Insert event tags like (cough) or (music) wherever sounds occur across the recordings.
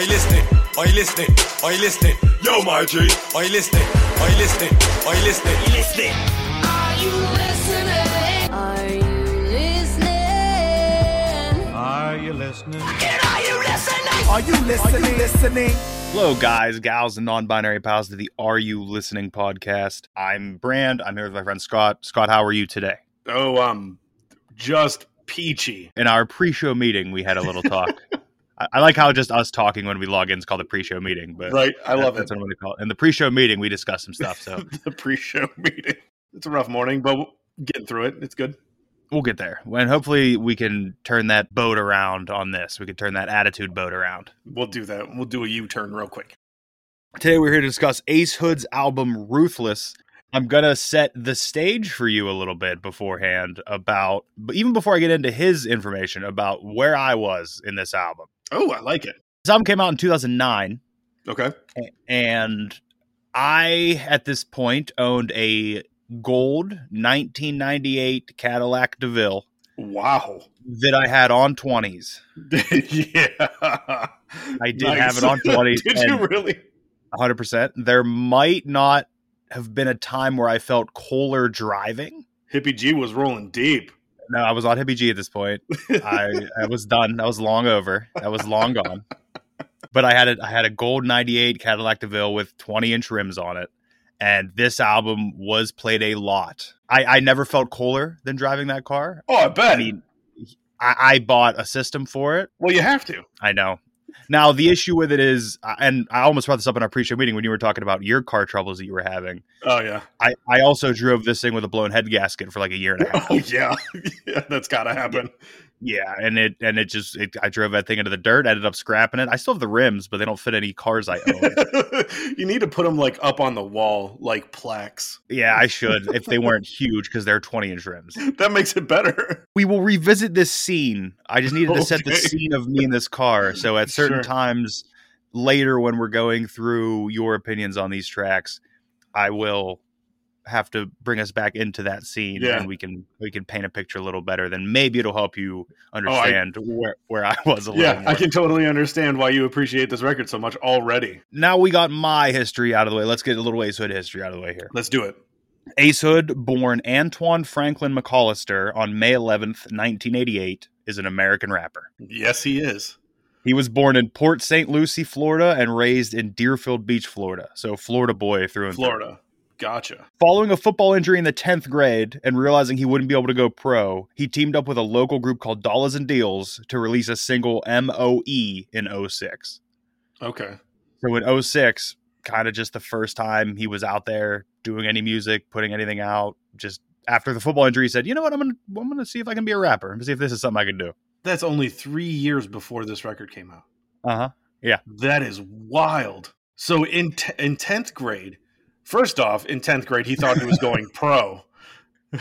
you listening? Are you listening? Are you listening? Are you listening? Are you listening? Are you listening? Yo, my G. Are you listening? Are you listening? Are you listening? Listening. Are you listening? Are you listening? Are you listening? Are you listening? Hello, guys, gals, and non-binary pals to the Are You Listening podcast. I'm Brand. I'm here with my friend Scott. Scott, how are you today? Oh, um, just peachy. In our pre-show meeting, we had a little talk. (laughs) I, I like how just us talking when we log in is called a pre-show meeting, but Right, I love that's it. what I'm going to call it. In the pre-show meeting, we discussed some stuff, (laughs) so The pre-show meeting. It's a rough morning, but we'll- getting through it. It's good. we'll get there. And hopefully, we can turn that boat around on this. We can turn that attitude boat around. We'll do that. We'll do a U-turn real quick. Today we're here to discuss Ace Hood's album Ruthless. I'm going to set the stage for you a little bit beforehand about but even before I get into his information about where I was in this album. Oh, I like it. This album came out in 2009 Okay. and I at this point owned a gold 1998 Cadillac DeVille Wow. that I had on 20s. (laughs) yeah. I did have it on 20, (laughs) did and- you really? 100%. There might not have been a time where I felt Kohler driving. Hippie G was rolling deep. No, I was on Hippie G at this point. I, I was done. That was long over. That was long gone. But I had a I had a gold '98 Cadillac DeVille with 20 inch rims on it, and this album was played a lot. I, I never felt cooler than driving that car. oh, I bet. I mean, I, I bought a system for it. well, you have to. I know. Now the issue with it is, and I almost brought this up in our pre-show meeting when you were talking about your car troubles that you were having. Oh, yeah. (laughs) I, I also drove this thing with a blown head gasket for like a year (laughs) and a half. Oh, yeah. yeah that's got to happen. Yeah, and it and it just it, I drove that thing into the dirt. Ended up scrapping it. I still have the rims, but they don't fit any cars I own. (laughs) you need to put them like up on the wall, like plaques. (laughs) yeah, I should if they weren't huge because they're twenty inch rims. That makes it better. We will revisit this scene. I just needed to set the Okay. scene of me in this car. So at certain (laughs) Sure. times later, when we're going through your opinions on these tracks, I will have to bring us back into that scene Yeah. and we can we can paint a picture a little better then maybe it'll help you understand where, where i was a little Oh, Yeah, more. I can totally understand why you appreciate this record so much already. now we got my history out of the way. Let's get a little Ace Hood history out of the way here. Let's do it. Ace Hood, born Antoine Franklin McAllister on May 11th, 1988, is an American rapper. Yes, he is. He was born in Port St. Lucie, Florida, and raised in Deerfield Beach, Florida. So, Florida boy through and through. Florida. Gotcha. Following a football injury in the 10th grade and realizing he wouldn't be able to go pro, he teamed up with a local group called Dollars and Deals to release a single MOE in 06. Okay. So in 06, kind of just the first time he was out there doing any music, putting anything out, just after the football injury, he said, "You know what? I'm gonna I'm gonna see if I can be a rapper and see if this is something I can do." That's only three years before this record came out. Uh Uh-huh. huh. That is wild. So in t- in tenth grade, first off, in tenth grade, he thought he was (laughs) going pro,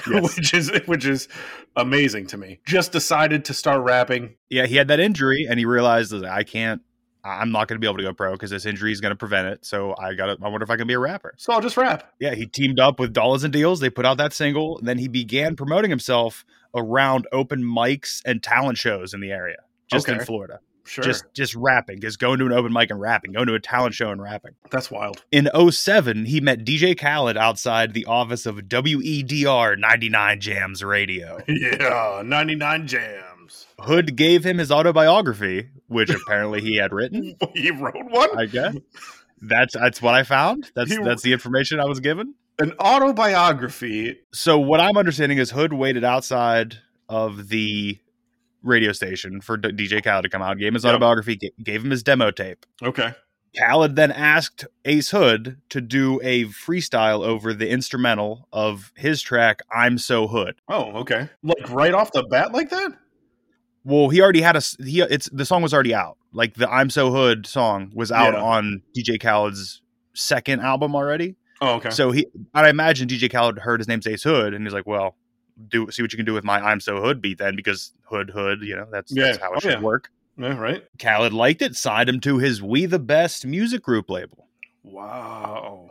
Yes. (laughs) which is which is amazing to me. Just decided to start rapping. Yeah, he had that injury and he realized that I can't. I- I'm not going to be able to go pro because this injury is going to prevent it. So I got. to I wonder if I can be a rapper. So I'll just rap. Yeah, he teamed up with Dollars and Deals. They put out that single. Then he began promoting himself around open mics and talent shows in the area, just in Okay. Florida. Sure. Just just rapping, just going to an open mic and rapping, going to a talent show and rapping. That's wild. In 07, he met DJ Khaled outside the office of E WEDR 99 Jams Radio. Yeah. 99 jams. Hood gave him his autobiography, which apparently he had written. (laughs) he wrote one? I guess. That's that's what I found. That's He- that's the information I was given. An autobiography. So what I'm understanding is Hood waited outside of the radio station for D- DJ Khaled to come out, gave him his Yep. autobiography, g- gave him his demo tape. Okay. Khaled then asked Ace Hood to do a freestyle over the instrumental of his track "I'm So Hood." Oh, okay. Like right off the bat, like that? Well, he already had a s- he. It's the song was already out. Like the "I'm So Hood" song was out Yeah. on DJ Khaled's second album already. Oh, okay. So he, and I imagine DJ Khaled heard his name's Ace Hood, and he's like, "Well, do see what you can do with my I'm So Hood beat then, because Hood Hood, you know, that's, that's Yeah. how it Oh, should yeah. work." yeah, right? Khaled liked it, signed him to his We the Best music group label, Wow.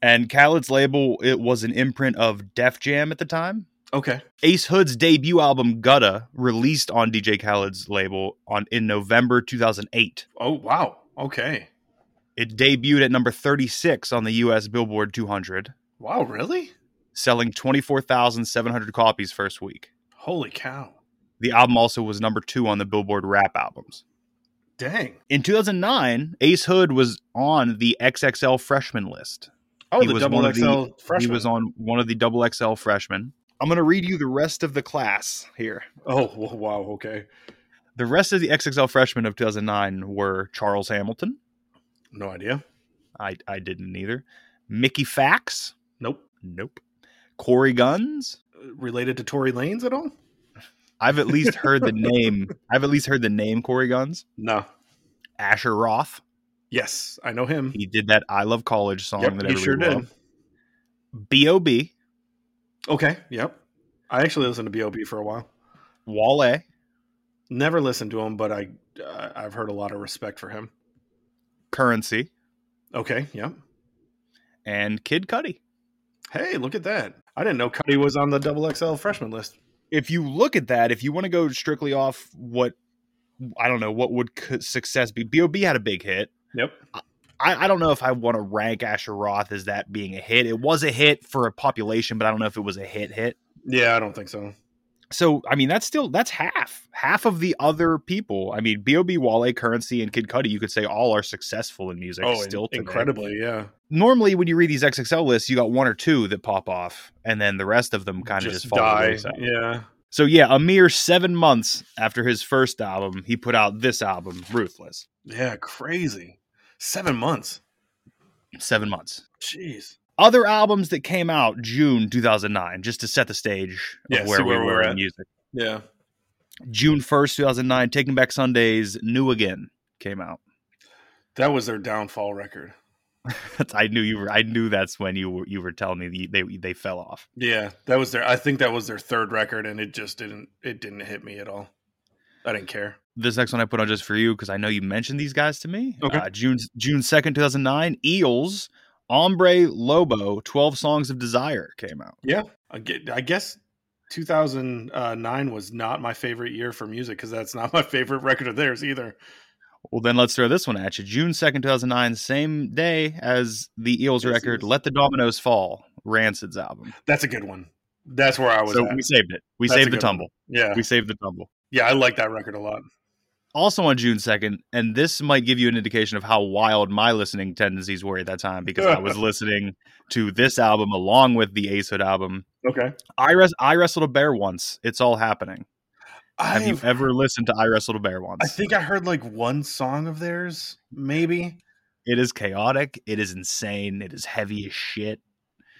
and Khaled's label it was an imprint of Def Jam at the time. Okay. Ace Hood's debut album Gutta released on DJ Khaled's label on in November 2008. Oh, wow. Okay. It debuted at number 36 on the US Billboard 200, Wow, really? selling 24,700 copies first week. Holy cow. The album also was number 2 on the Billboard rap albums. Dang. In 2009, Ace Hood was on the XXL freshman list. Oh, He the was double one of XL freshman. He was on one of the double XL freshmen. I'm going to read you the rest of the class here. Oh, w- wow. Okay. The rest of the XXL freshmen of 2009 were Charles Hamilton, No idea. I I didn't either. Mickey Fax? Nope. Nope. Corey Guns? Uh, Related to Tory Lanes at all? I've at least heard (laughs) the name. I've at least heard the name Corey Guns. No. Asher Roth. Yes, I know him. He did that I Love College song Yep, that he everybody sure did. loved. B.O.B. Okay. Yep. I actually listened to B.O.B. for a while. Wale. Never listened to him, but I uh, I've heard a lot of respect for him. Currency. Okay. Yep. And Kid Cudi. Hey, look at that. I didn't know Cuddy was on the double XL freshman list. If you look at that, if you want to go strictly off what I don't know what would c- success be. B.O.B. had a big hit. Yep. I, I don't know if I want to rank Asher Roth as that being a hit. It was a hit for a population, but I don't know if it was a hit hit. Yeah, I don't think so. so I mean that's still that's half half of the other people. I mean, Bob Wale, Currency, and Kid Cudi. You could say all are successful in music. Oh, in- still today. incredibly. Yeah. Normally, when you read these XXL lists, you got one or two that pop off, and then the rest of them kind of just, fall. to the wayside. Yeah. So yeah, a mere seven months after his first album, he put out this album, Ruthless. Yeah. Crazy. Seven months. Seven months. Jeez. Other albums that came out June 2009, just to set the stage of Yeah, see where we where were, we're in at. music. Yeah. June 1st, 2009, Taking Back Sundays, New Again came out. That was their downfall record. That's, I knew you were. I knew that's when you were. You were telling me the- they they fell off. Yeah, that was their. I think that was their third record, and it just didn't. It didn't hit me at all. I didn't care. This next one I put on just for you because I know you mentioned these guys to me. Okay. Uh, June June second, two thousand nine. Eels, Ombre Lobo, Twelve Songs of Desire came out. I get- I guess 2009 was not my favorite year for music because that's not (laughs) my favorite record of theirs either. Well, then let's throw this one at you. June second, two thousand nine, same day as the Eels Yes, record, yes. Let the Dominoes Fall, Rancid's album. That's a good one. That's where I was. So at. we saved it. We That's a saved the good one. tumble. yeah, We saved the tumble. yeah, I like that record a lot. also on June 2nd, and this might give you an indication of how wild my listening tendencies were at that time because I (laughs) was listening to this album along with the Ace Hood album. Okay. I, res- I Wrestled a Bear Once. It's all happening. Have you I've- ever listened to I Wrestled a Bear Once? I think I heard like one song of theirs, maybe. it is chaotic. It is insane. It is heavy as shit.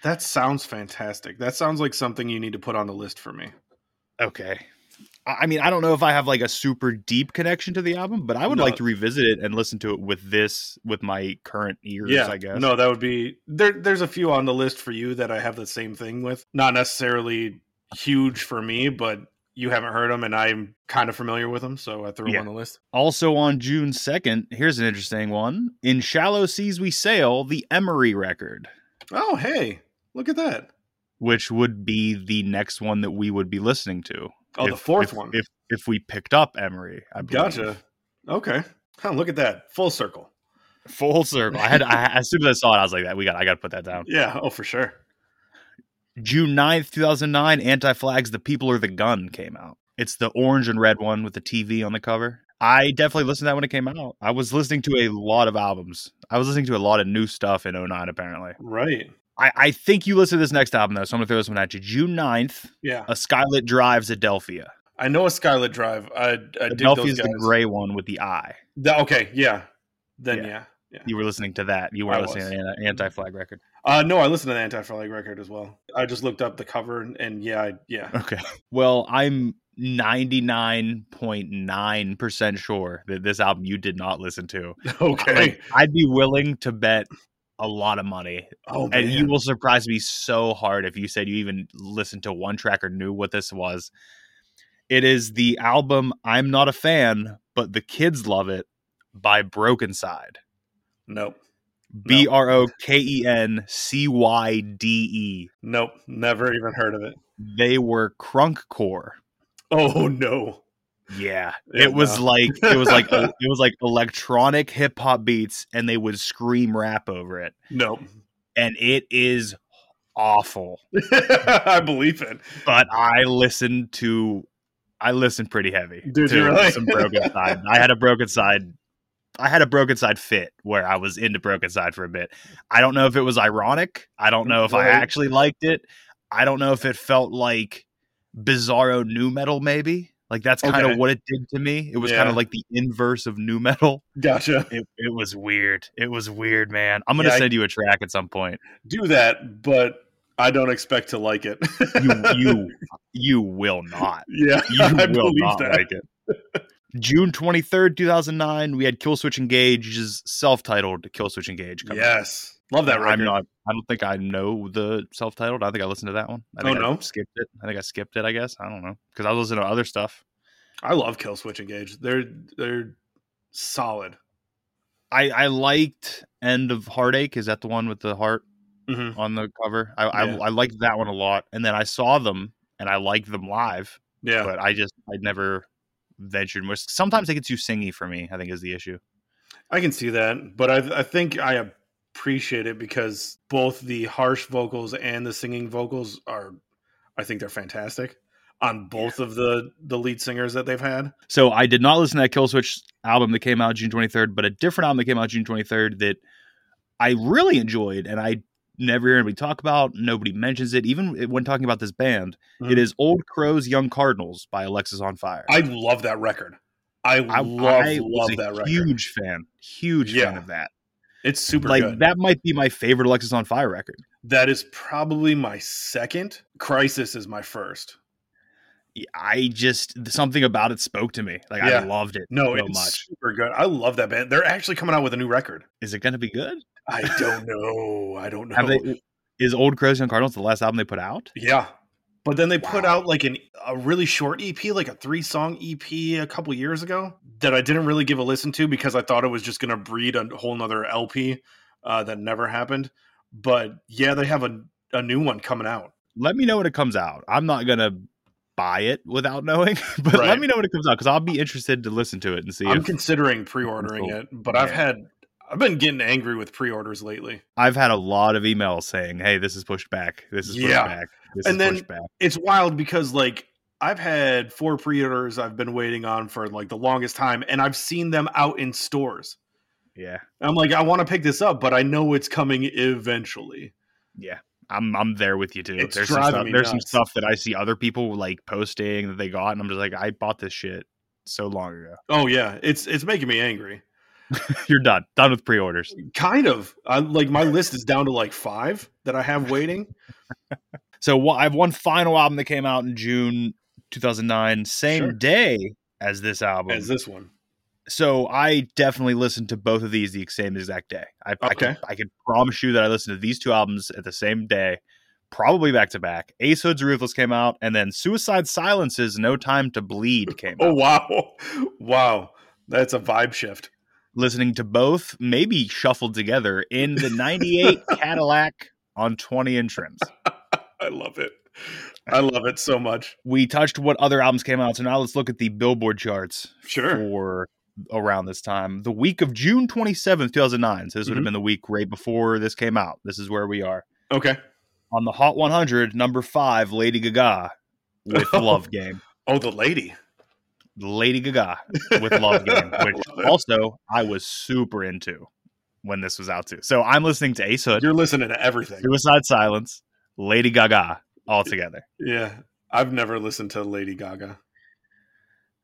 That sounds fantastic. That sounds like something you need to put on the list for me. Okay. I I mean, I don't know if I have like a super deep connection to the album, but I would No. like to revisit it and listen to it with this, with my current ears, I guess. No, that would be there. There's a few on the list for you that I have the same thing with. Not necessarily huge for me, but you haven't heard them, and I'm kind of familiar with them, so I threw Yeah. them on the list. Also on June 2nd, here's an interesting one. In Shallow Seas We Sail, the Emery record, Oh, hey, look at that! which would be the next one that we would be listening to. Oh, the Oh, fourth one. If if we picked up Emery, I believe. gotcha. Okay. Huh, look at that. Full circle. Full circle. I had (laughs) I, as soon as I saw it, I was like, "That we got. I got to put that down." Yeah. Oh, for sure. June 9th, two thousand nine. Anti Flags: The People or the Gun came out. It's the orange and red one with the TV on the cover. I definitely listened to that when it came out. I was listening to a lot of albums. I was listening to a lot of new stuff in 09, apparently. Right. I, I think you listed this next album, though, so I'm going to throw this one at you. June 9th, Yeah. A Skylit Drives Adelphia. I know a Skylet Drive. I, I dig Adelphia those is guys. the gray one with the eye. Th- okay. Yeah. Then Yeah. yeah. yeah. You were listening to that. You I were was. listening to an anti flag record. Uh, no, I listened to the Anti Frolic record as well. I just looked up the cover and, and yeah, I, (laughs) yeah. (laughs) Okay. Well, I'm 99.9% sure that this album you did not listen to. Okay. Like, I'd be willing to bet a lot of money Oh, man. and you will surprise me so hard if you said you even listened to one track or knew what this was. It is the album I'm Not a Fan, but the Kids Love It by Broken Side. nope. B R O K E N C Y D Nope. Never even heard of it. E. They were crunkcore. Oh, no. Yeah, Yeah, it was no. like it was like it was like electronic hip hop beats, and they would scream rap over it, Nope. and it is awful. (laughs) I believe it. but I listened to I listened pretty heavy Did to you really? some broken side. I had a broken side I had a broken side fit where I was into broken side for a bit. I don't know if it was ironic. I don't know if I Right. actually liked it. I don't know if it felt like bizarro new metal maybe. Like that's kind Okay. of what it did to me. It was Yeah. kind of like the inverse of new metal. Gotcha. It, it was weird. It was weird, man. I'm gonna Yeah, I- send you a track at some point. Do that, but I don't expect to like it. You you you will not. (laughs) yeah, you (laughs) I will believe not that. like it. June 23rd, 2009, we had Kill Switch Engage's self-titled Kill Switch Engage. come out. yes. Love that record. I'm not, I don't think I know the self-titled. I don't think I listened to that one. I Oh, think I no? skipped it. I think I skipped it, I guess. I don't know. Because I was listening to other stuff. I love Kill Switch Engage. They're they're solid. I, I liked End of Heartache. Is that the one with the heart hmm on the cover? I, Yeah. I, I liked that one a lot. And then I saw them and I liked them live, Yeah. but I just, I never ventured much. Sometimes they get too singy for me, I think is the issue. I can see that, but I, I think I appreciate it because both the harsh vocals and the singing vocals are, I think they're fantastic on both of the the lead singers that they've had. So I did not listen to that Killswitch album that came out June 23rd, but a different album that came out June 23rd that I really enjoyed and I never hear anybody talk about. Nobody mentions it, even when talking about this band. Mhm. It is Old Crows, Young Cardinals by Alexis on Fire. I love that record. I, I- love I was love a that record. Huge fan, huge fan Yeah. of that. it's super like good. that might be my favorite Alexis on Fire record. that is probably my second. Crisis is my first. I just something about it spoke to me. Like Yeah. I loved it No, so it's much. super good. I love that band. They're actually coming out with a new record. Is it going to be good? I don't know. I don't know. Have they? Is Old Crows, Young Cardinals the last album they put out? Yeah. But then they put out like an a really short EP, like a three song EP a couple years ago that I didn't really give a listen to because I thought it was just gonna breed a whole nother LP uh, that never happened. But yeah, they have a, a new one coming out. let me know when it comes out. I'm not gonna buy it without knowing, (laughs) but Right. let me know when it comes out because I'll be interested to listen to it and see. I'm if, considering pre ordering Cool. it, but I've Yeah. had I've been getting angry with pre orders lately. I've had a lot of emails saying, "Hey, this is pushed back. This is pushed Yeah. back. This And is then- pushed back." It's wild because like I've had four pre orders I've been waiting on for like the longest time and I've seen them out in stores. Yeah, I'm like, I want to pick this up, but I know it's coming eventually. yeah. I'm I'm there with you too. It's there's some driving stuff, me there's some nuts. stuff that I see other people like posting that they got, and I'm just like, I bought this shit so long ago. (laughs) Oh yeah, it's it's making me angry. You're done. Done with pre-orders. Kind of. I like my list is down to like five that I have waiting. So wh- I have one final album that came out in June 2009, same Sure. day as this album. As this one, so I definitely listened to both of these the same exact day. I, I can Okay. I can promise you that I listened to these two albums at the same day, probably back to back. Ace Hood's Ruthless came out, and then Suicide Silence's No Time to (laughs) Bleed came oh out. wow, wow, that's a vibe shift. (laughs) Listening to both, maybe shuffled together in the (laughs) '98 Cadillac on 20 inch rims. I love it. I love it so much. We touched what other albums came out, so now let's look at the Billboard charts Sure. for around this time, the week of June 27th, 2009. So this would have Mhm. been the week right before this came out. This is where we are. Okay. On the Hot 100, number five, Lady Gaga (laughs) with Love Game. Oh, the lady. Lady Gaga with Love Game, (laughs) I which love it. also I was super into when this was out too. So I'm listening to Ace Hood, You're listening to everything. Suicide Silence, Lady Gaga all together. Yeah. I've never listened to Lady Gaga.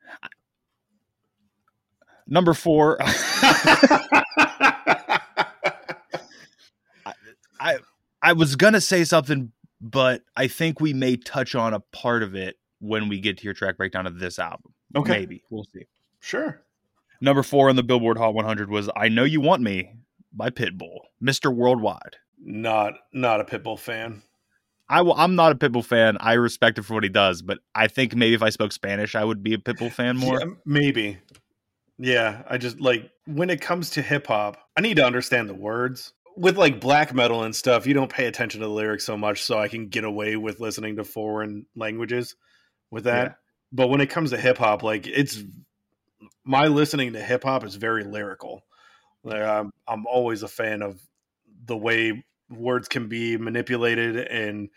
(laughs) Number four, (laughs) I was gonna say something, but I think we may touch on a part of it when we get to your track breakdown of this album. okay. Maybe we'll see. Sure. Number four on the Billboard Hot 100 was "I Know You Want Me" by Pitbull, Mr. Worldwide. Not not a Pitbull fan. I will, I'm not a Pitbull fan. I respect him for what he does, but I think maybe if I spoke Spanish, I would be a Pitbull fan more. (laughs) Yeah, maybe. Yeah, I just like when it comes to hip hop, I need to understand the words. With like black metal and stuff, you don't pay attention to the lyrics so much, so I can get away with listening to foreign languages with that. Yeah. But when it comes to hip hop, like it's my listening to hip hop is very lyrical. Like I'm, I'm always a fan of the way words can be manipulated and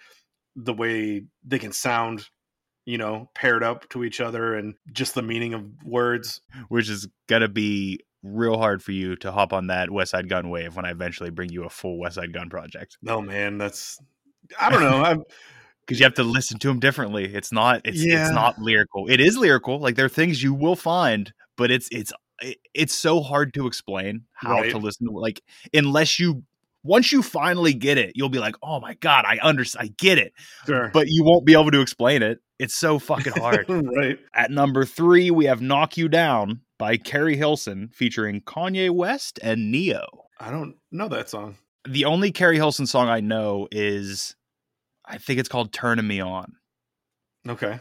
the way they can sound, you know, paired up to each other and just the meaning of words. Which is gonna be real hard for you to hop on that West Side Gun wave when I eventually bring you a full West Side Gun project No, man, that's I don't (laughs) know. I'm, because you have to listen to them differently. It's not it's Yeah. it's not lyrical. It is lyrical. Like there are things you will find, but it's it's it- it's so hard to explain how Right. to listen to like unless you once you finally get it, you'll be like, "Oh my god, I understand. I get it." sure, But you won't be able to explain it. It's so fucking (laughs) hard. right, At number three, we have Knock You Down by Carrie Hilson featuring Kanye West and Neo. I don't know that song. The only Carrie Hilson song I know is, I think it's called Turning Me On. Okay,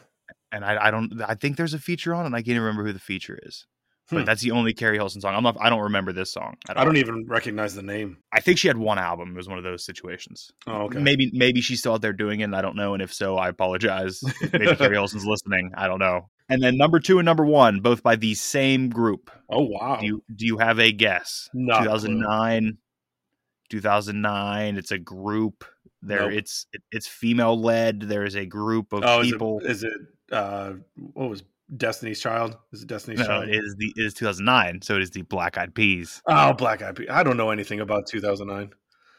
And I, I don't, I think there's a feature on it. And I can't even remember who the feature is. Hmm. But that's the only Carrie Hilson song. I'm not, I don't remember this song. at I all. don't even recognize the name. I think she had one album. It was one of those situations. Oh, okay, Maybe, maybe she's still out there doing it. And I don't know. And if so, I apologize. maybe (laughs) Carrie Hilson's listening. I don't know. And then number two and number one, both by the same group. Oh wow, Do you do you have a guess? Not a Two clue. thousand nine, two thousand nine. It's a group. There, Nope. it's it's female led. There is a group of Oh, is people. it, is it uh, what was Destiny's Child? Is it Destiny's no, Child? it is the it is two thousand nine. So it is the Black Eyed Peas. oh, Black Eyed Peas. I don't know anything about 2009.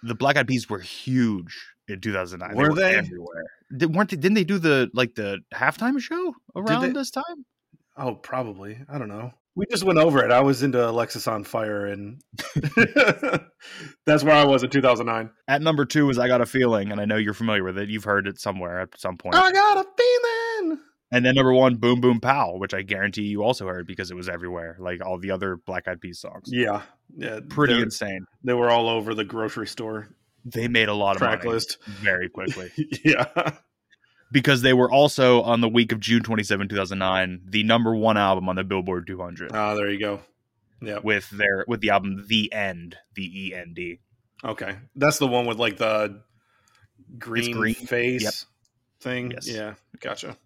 The Black Eyed Peas were huge in two thousand nine. Were they? everywhere? Did, weren't they? Didn't they do the like the halftime show around they- this time? Oh, probably. I don't know. We just went over it. I was into Alexis on Fire, and (laughs) that's where I was in 2009. At number two is I Got a Feeling, and I know you're familiar with it. You've heard it somewhere at some point. I got a feeling. And then number one, Boom Boom Pow, which I guarantee you also heard because it was everywhere, like all the other Black Eyed Peas songs. Yeah, yeah. Pretty they're- insane. They were all over the grocery store They made a lot of track money list. (laughs) very quickly yeah. because they were also on the week of June 27, 2009, the number one album on the Billboard 200 Ah, there you go. Yeah. with their with the album The End, the E N D. Okay, that's the one with like the green, green. face Yep. thing. Yes. Yeah, gotcha.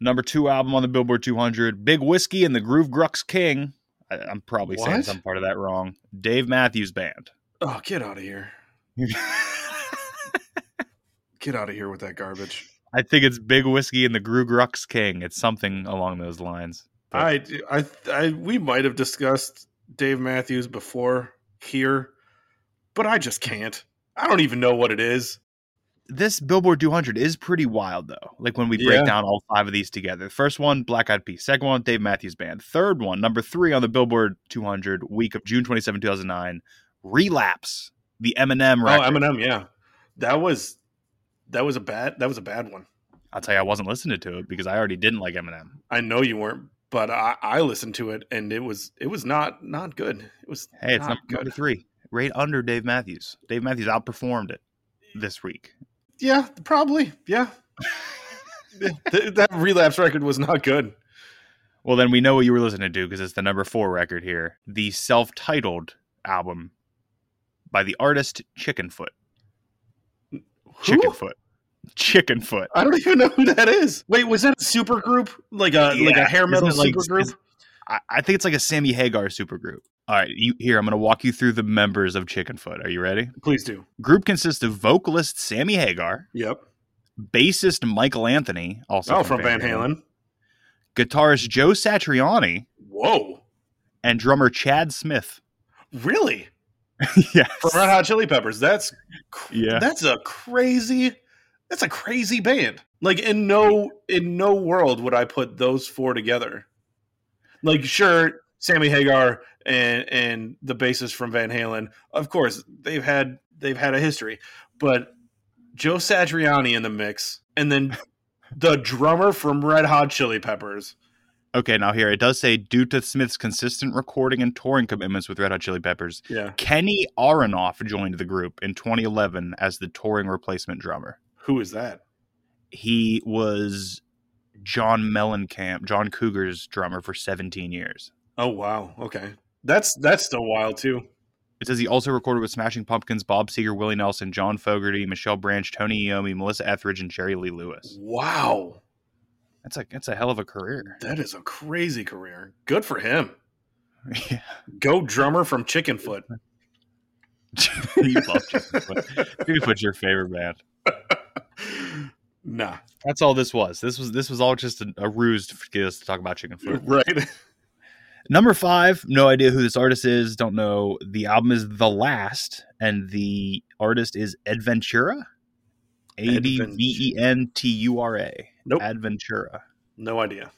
Number two album on the Billboard 200, Big Whiskey and the Groove Grux King. I, I'm probably saying What? some part of that wrong. Dave Matthews (laughs) Band. Oh, get out of here! Get out of here with that garbage. I think it's Big Whiskey and the Gru Grux King. It's something along those lines. But- I, I, I, we might have discussed Dave Matthews before here, but I just can't. I don't even know what it is. This Billboard 200 is pretty wild, though. Like when we break Yeah. down all five of these together. The first one, Black Eyed Peas. Second one, Dave Matthews Band. Third one, number three on the Billboard 200, week of June 27, 2009, Relapse, the Eminem record. Oh, Eminem. Yeah, that was that was a bad that was a bad one. I'll tell you, I wasn't listening to it because I already didn't like Eminem. I know you weren't, but I, I listened to it and it was it was not not good. It was Hey, it's Not number, number Ah, good. three, right under Dave Matthews. Dave Matthews outperformed it this week. yeah, probably yeah. Th- that relapse record was not good. Well, then we know what you were listening to because it's the number four record here. The self titled album by the artist Chickenfoot. Who? Chickenfoot. Chickenfoot. I don't even know who that is. Wait, was that a super group? Like a like Yeah. a hair metal Isn't it like- super group? I, I think it's like a Sammy Hagar supergroup. All right, you, here I'm going to walk you through the members of Chickenfoot. Are you ready? Please do. Group consists of vocalist Sammy Hagar, Yep. bassist Michael Anthony, also Oh, from Van Halen. guitarist Joe Satriani, Whoa. and drummer Chad Smith. (laughs) Really? yes. From Red Hot Chili Peppers. That's cr- Yeah. That's a crazy. That's a crazy band. Like in no in no world would I put those four together. Like sure, Sammy Hagar and and the bassist from Van Halen. Of course, they've had they've had a history, but Joe Satriani in the mix, and then the drummer from Red Hot Chili Peppers. Okay, now here it does say due to Smith's consistent recording and touring commitments with Red Hot Chili Peppers, Yeah, Kenny Aronoff joined the group in 2011 as the touring replacement drummer. who is that? He was John Mellencamp, John Cougar's drummer for 17 years. Oh wow, okay, that's that's still wild too. It says he also recorded with Smashing Pumpkins, Bob Seger, Willie Nelson, John Fogerty, Michelle Branch, Tony Iommi, Melissa Etheridge, and Jerry Lee Lewis. Wow, That's a that's a hell of a career. (laughs) That is a crazy career. Good for him. Yeah. Go drummer from Chickenfoot. you love Chickenfoot. Chickenfoot's your favorite band. Nah, That's all this was. This was this was all just a, a ruse to get us to talk about chicken foot. right? Number five, no idea who this artist is. Don't know. The album is The Last, and the artist is Adventura. A D V E N T U R A. Nope. Adventura. No idea.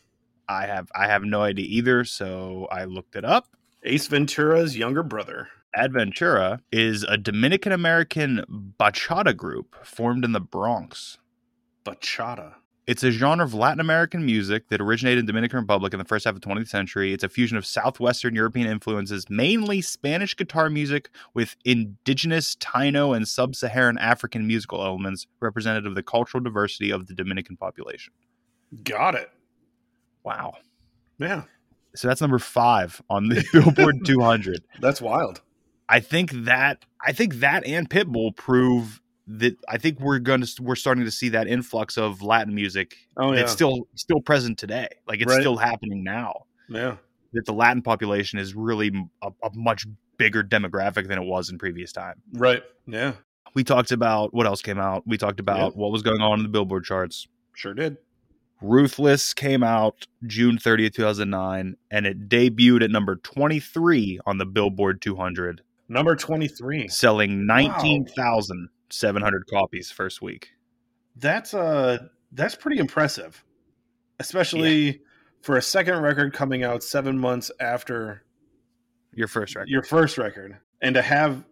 I have I have no idea either, so I looked it up. Ace Ventura's younger brother. Adventura is a Dominican American bachata group formed in the Bronx. Bachata. It's a genre of Latin American music that originated in Dominican Republic in the first half of the 20th century. It's a fusion of southwestern European influences, mainly Spanish guitar music with indigenous Taino and sub-Saharan African musical elements representative of the cultural diversity of the Dominican population. Got it. Wow. Yeah, So that's number 5 on (laughs) the Billboard 200. that's wild. I think that I think that and Pitbull prove that I think we're going to we're starting to see that influx of Latin music Oh yeah, that's still still present today. Like it's Right. still happening now. yeah, That the Latin population is really a, a much bigger demographic than it was in previous time. right, yeah, We talked about what else came out. We talked about what was going on in the Billboard charts. sure did. Ruthless came out June 30th, 2009, and it debuted at number 23 on the Billboard 200 Number twenty-three. selling Wow. 19,700 copies first week. That's uh, that's pretty impressive, especially for a second record coming out seven months after Your first record. your first record and to have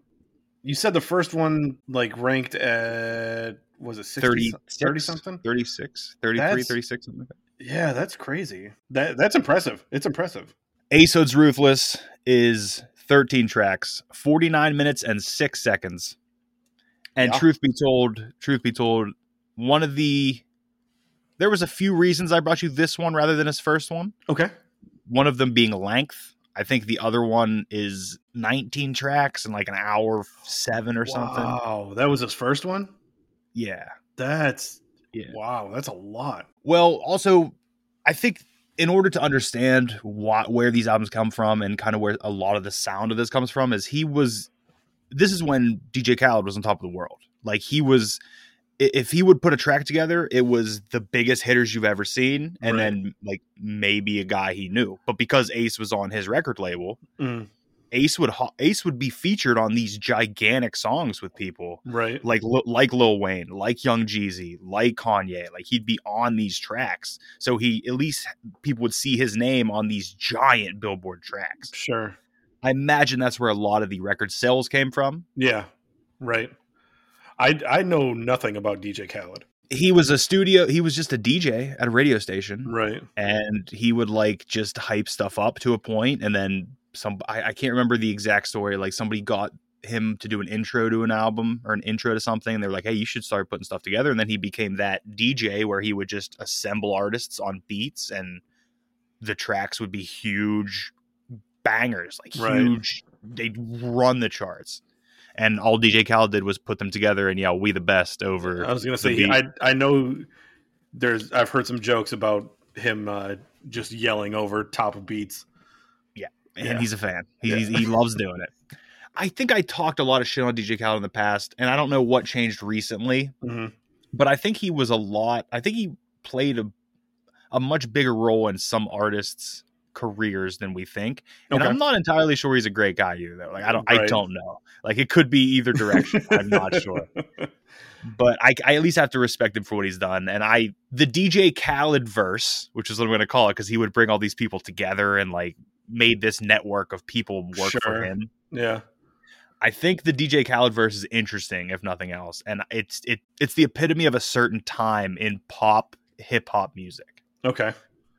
you said the first one like ranked at was it 60, 30, 30 something 36, 33, That's- 36, something like that. yeah that's crazy that that's impressive it's impressive ASOD's Ruthless is 13 tracks, 49 minutes and 6 seconds. And Yeah. truth be told, truth be told, one of the there was a few reasons I brought you this one rather than his first one. okay One of them being length. I think the other one is 19 tracks and like an hour 7 or something. wow that was his first one Yeah. that's Yeah. wow that's a lot Well, also, I think in order to understand why, where these albums come from and kind of where a lot of the sound of this comes from is he was. This is when DJ Khaled was on top of the world. Like he was, i- if he would put a track together, it was the biggest hitters you've ever seen, and Right. then like maybe a guy he knew. But because Ace was on his record label, Mm, Ace would ho- Ace would be featured on these gigantic songs with people right like Lil- like Lil Wayne, like Young Jeezy, like Kanye. Like he'd be on these tracks, so he at least people would see his name on these giant Billboard tracks. sure I imagine that's where a lot of the record sales came from. yeah right i i know nothing about dj khaled He was a studio. He was just a DJ at a radio station, right (laughs) and he would like just hype stuff up to a point, and then some. I, I can't remember the exact story. Like somebody got him to do an intro to an album or an intro to something and they're like hey you should start putting stuff together and then he became that dj where he would just assemble artists on beats and the tracks would be huge bangers like Right. huge they'd run the charts and all dj khaled did was put them together and yell we the best over I was gonna the say beat. I I know there's I've heard some jokes about him uh, just yelling over top of beats. and Yeah. he's a fan. He, he's, he loves doing it. I think I talked a lot of shit on DJ Khaled in the past, and I don't know what changed recently, Mhm. but I think he was a lot. I think he played a a much bigger role in some artists' careers than we think. And Okay. I'm not entirely sure he's a great guy either. Though. Like I don't, I Right. don't know. Like it could be either direction. I'm not (laughs) sure, but I, I at least have to respect him for what he's done. And I, the DJ Khaled verse, which is what I'm going to call it, because he would bring all these people together and like made this network of people work Sure. for him. Yeah. I think the DJ Khaled verse is interesting, if nothing else, and it's it it's the epitome of a certain time in pop hip hop music. Okay.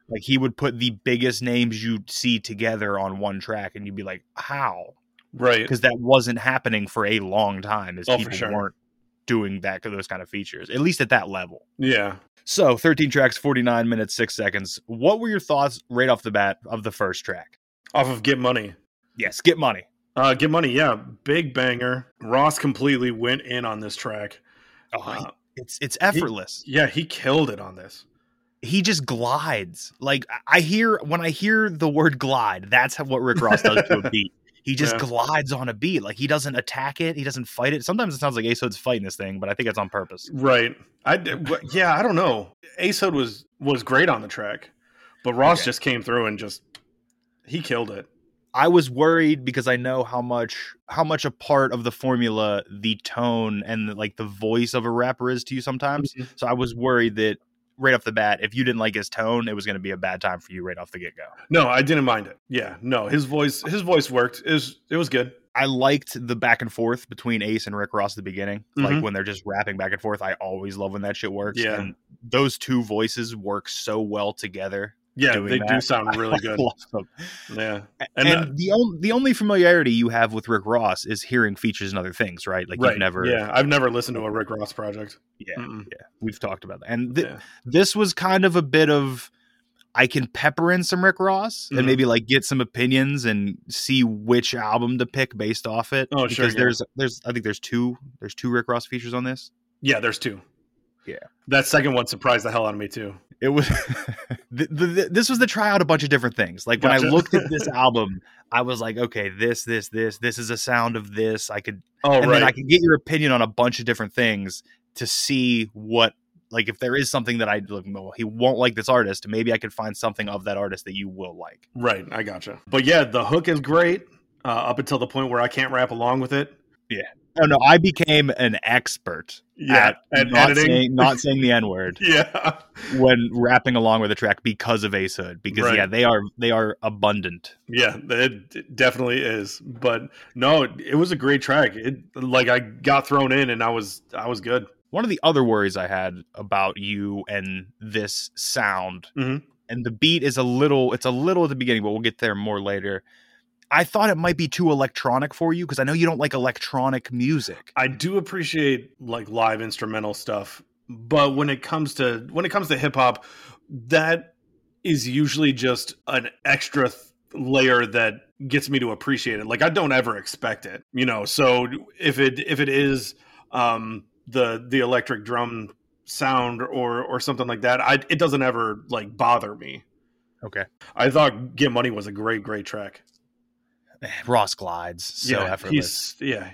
Like he would put the biggest names you see together on one track, and you'd be like, "How?" Right. Because that wasn't happening for a long time, as Oh, for people sure. weren't doing that those kind of features, at least at that level. Yeah. So, thirteen tracks, forty nine minutes, six seconds. What were your thoughts right off the bat of the first track? Off of Get Money. Yes, get money. Uh, Get Money. Yeah. Big banger. Ross completely went in on this track. Oh, Uh, it's it's effortless. yeah. He killed it on this. he just glides. Like I- I hear when I hear the word glide, that's how, what Rick Ross does (laughs) to a beat. He just Yeah. glides on a beat. Like he doesn't attack it. He doesn't fight it. Sometimes it sounds like Ace Hood's fighting this thing, but I think it's on purpose. Right. I d- w- yeah, I don't know. Asod was was great on the track, but Ross Okay. just came through and just he killed it. I was worried because I know how much how much a part of the formula the tone and like the voice of a rapper is to you sometimes. Mhm. So I was worried that right off the bat, if you didn't like his tone, it was going to be a bad time for you right off the get go. No, I didn't mind it. Yeah, no, his voice his voice worked. It was it was good. I liked the back and forth between Ace and Rick Ross at the beginning. Mhm. Like when they're just rapping back and forth, I always love when that shit works. Yeah. And those two voices work so well together. Yeah, Doing they do that. (laughs) sound really I good. love them. Yeah, And, and, uh, the only the only familiarity you have with Rick Ross is hearing features and other things, right? Like right. you've never Yeah, I've never listened to a Rick Ross project. Yeah, Mm-mm. we've talked about that. And th- Yeah. this was kind of a bit of I can pepper in some Rick Ross Mhm. and maybe like get some opinions and see which album to pick based off it. Oh, because sure, yeah. there's there's I think there's two there's two Rick Ross features on this. Yeah, there's two. Yeah. that second one surprised the hell out of me too. it (laughs) was the, the, the- this was the try out a bunch of different things like when Gotcha. i looked (laughs) at this album i was like okay this this this this is a sound of this i could Oh and right, then i could get your opinion on a bunch of different things to see what like if there is something that i like, well, he won't like this artist maybe i could find something of that artist that you will like right. I gotcha. But yeah, the hook is great uh, up until the point where I can't rap along with it. oh no i became an expert Yeah, at and not editing. saying, not saying the n-word (laughs) yeah. when rapping along with a track because of ace hood because Right. yeah they are they are abundant Yeah, it d- definitely is. But no, it- it was a great track. It like I got thrown in and I was I was good. One of the other worries I had about you and this sound, Mhm. and the beat is a little, it's a little at the beginning, but we'll get there more later. I thought it might be too electronic for you because I know you don't like electronic music. I do appreciate like live instrumental stuff, but when it comes to when it comes to hip hop, that is usually just an extra th- layer that gets me to appreciate it. Like I don't ever expect it, you know. So if it if it is um the the electric drum sound or or something like that, I it doesn't ever like bother me. Okay. I thought Get Money was a great, great track. Eh, Ross glides so yeah, effortless, he's- yeah,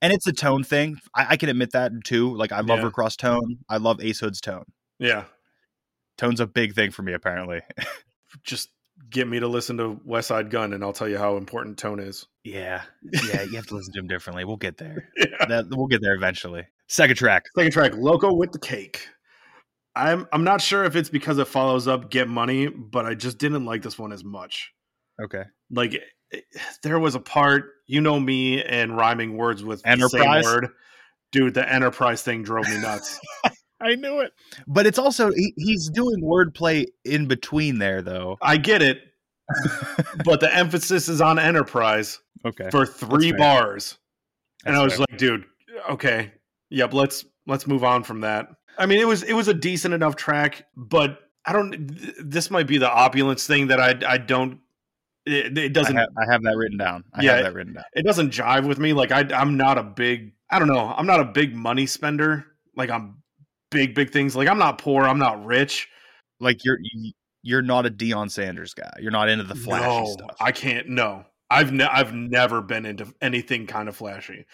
and it's a tone thing. I, I can admit that too. Like I love Yeah. Rick Ross tone. I love Ace Hood's tone. yeah. Tone's a big thing for me, apparently. (laughs) Just get me to listen to West Side Gun, and I'll tell you how important tone is. Yeah, yeah. You have to listen to him differently. We'll get (laughs) there. Yeah. That, we'll get there eventually. Second track. Second track, Loco with the Cake. I'm I'm not sure if it's because it follows up Get Money, but I just didn't like this one as much. Okay. Like it- there was a part, you know me and rhyming words with the Enterprise? same word. Dude, the enterprise thing drove me nuts. I knew it. But it's also he, he's doing wordplay in between there though. I get it, but the emphasis is on enterprise. Okay. for three fair. bars. and That's I was fair. like, dude, okay. Yep, let's let's move on from that. I mean, it was it was a decent enough track, but I don't th- this might be the opulence thing that I I don't it, it I, doesn't ha- I have that written down. I Yeah. have that written down. it doesn't jive with me. Like I I'm not a big I don't know, I'm not a big money spender. Like I'm big big things. Like I'm not poor, I'm not rich. Like you're you, you're not a Dion Sanders guy. You're not into the flashy no, stuff. I can't. No, I've ne- I've never been into anything kind of flashy.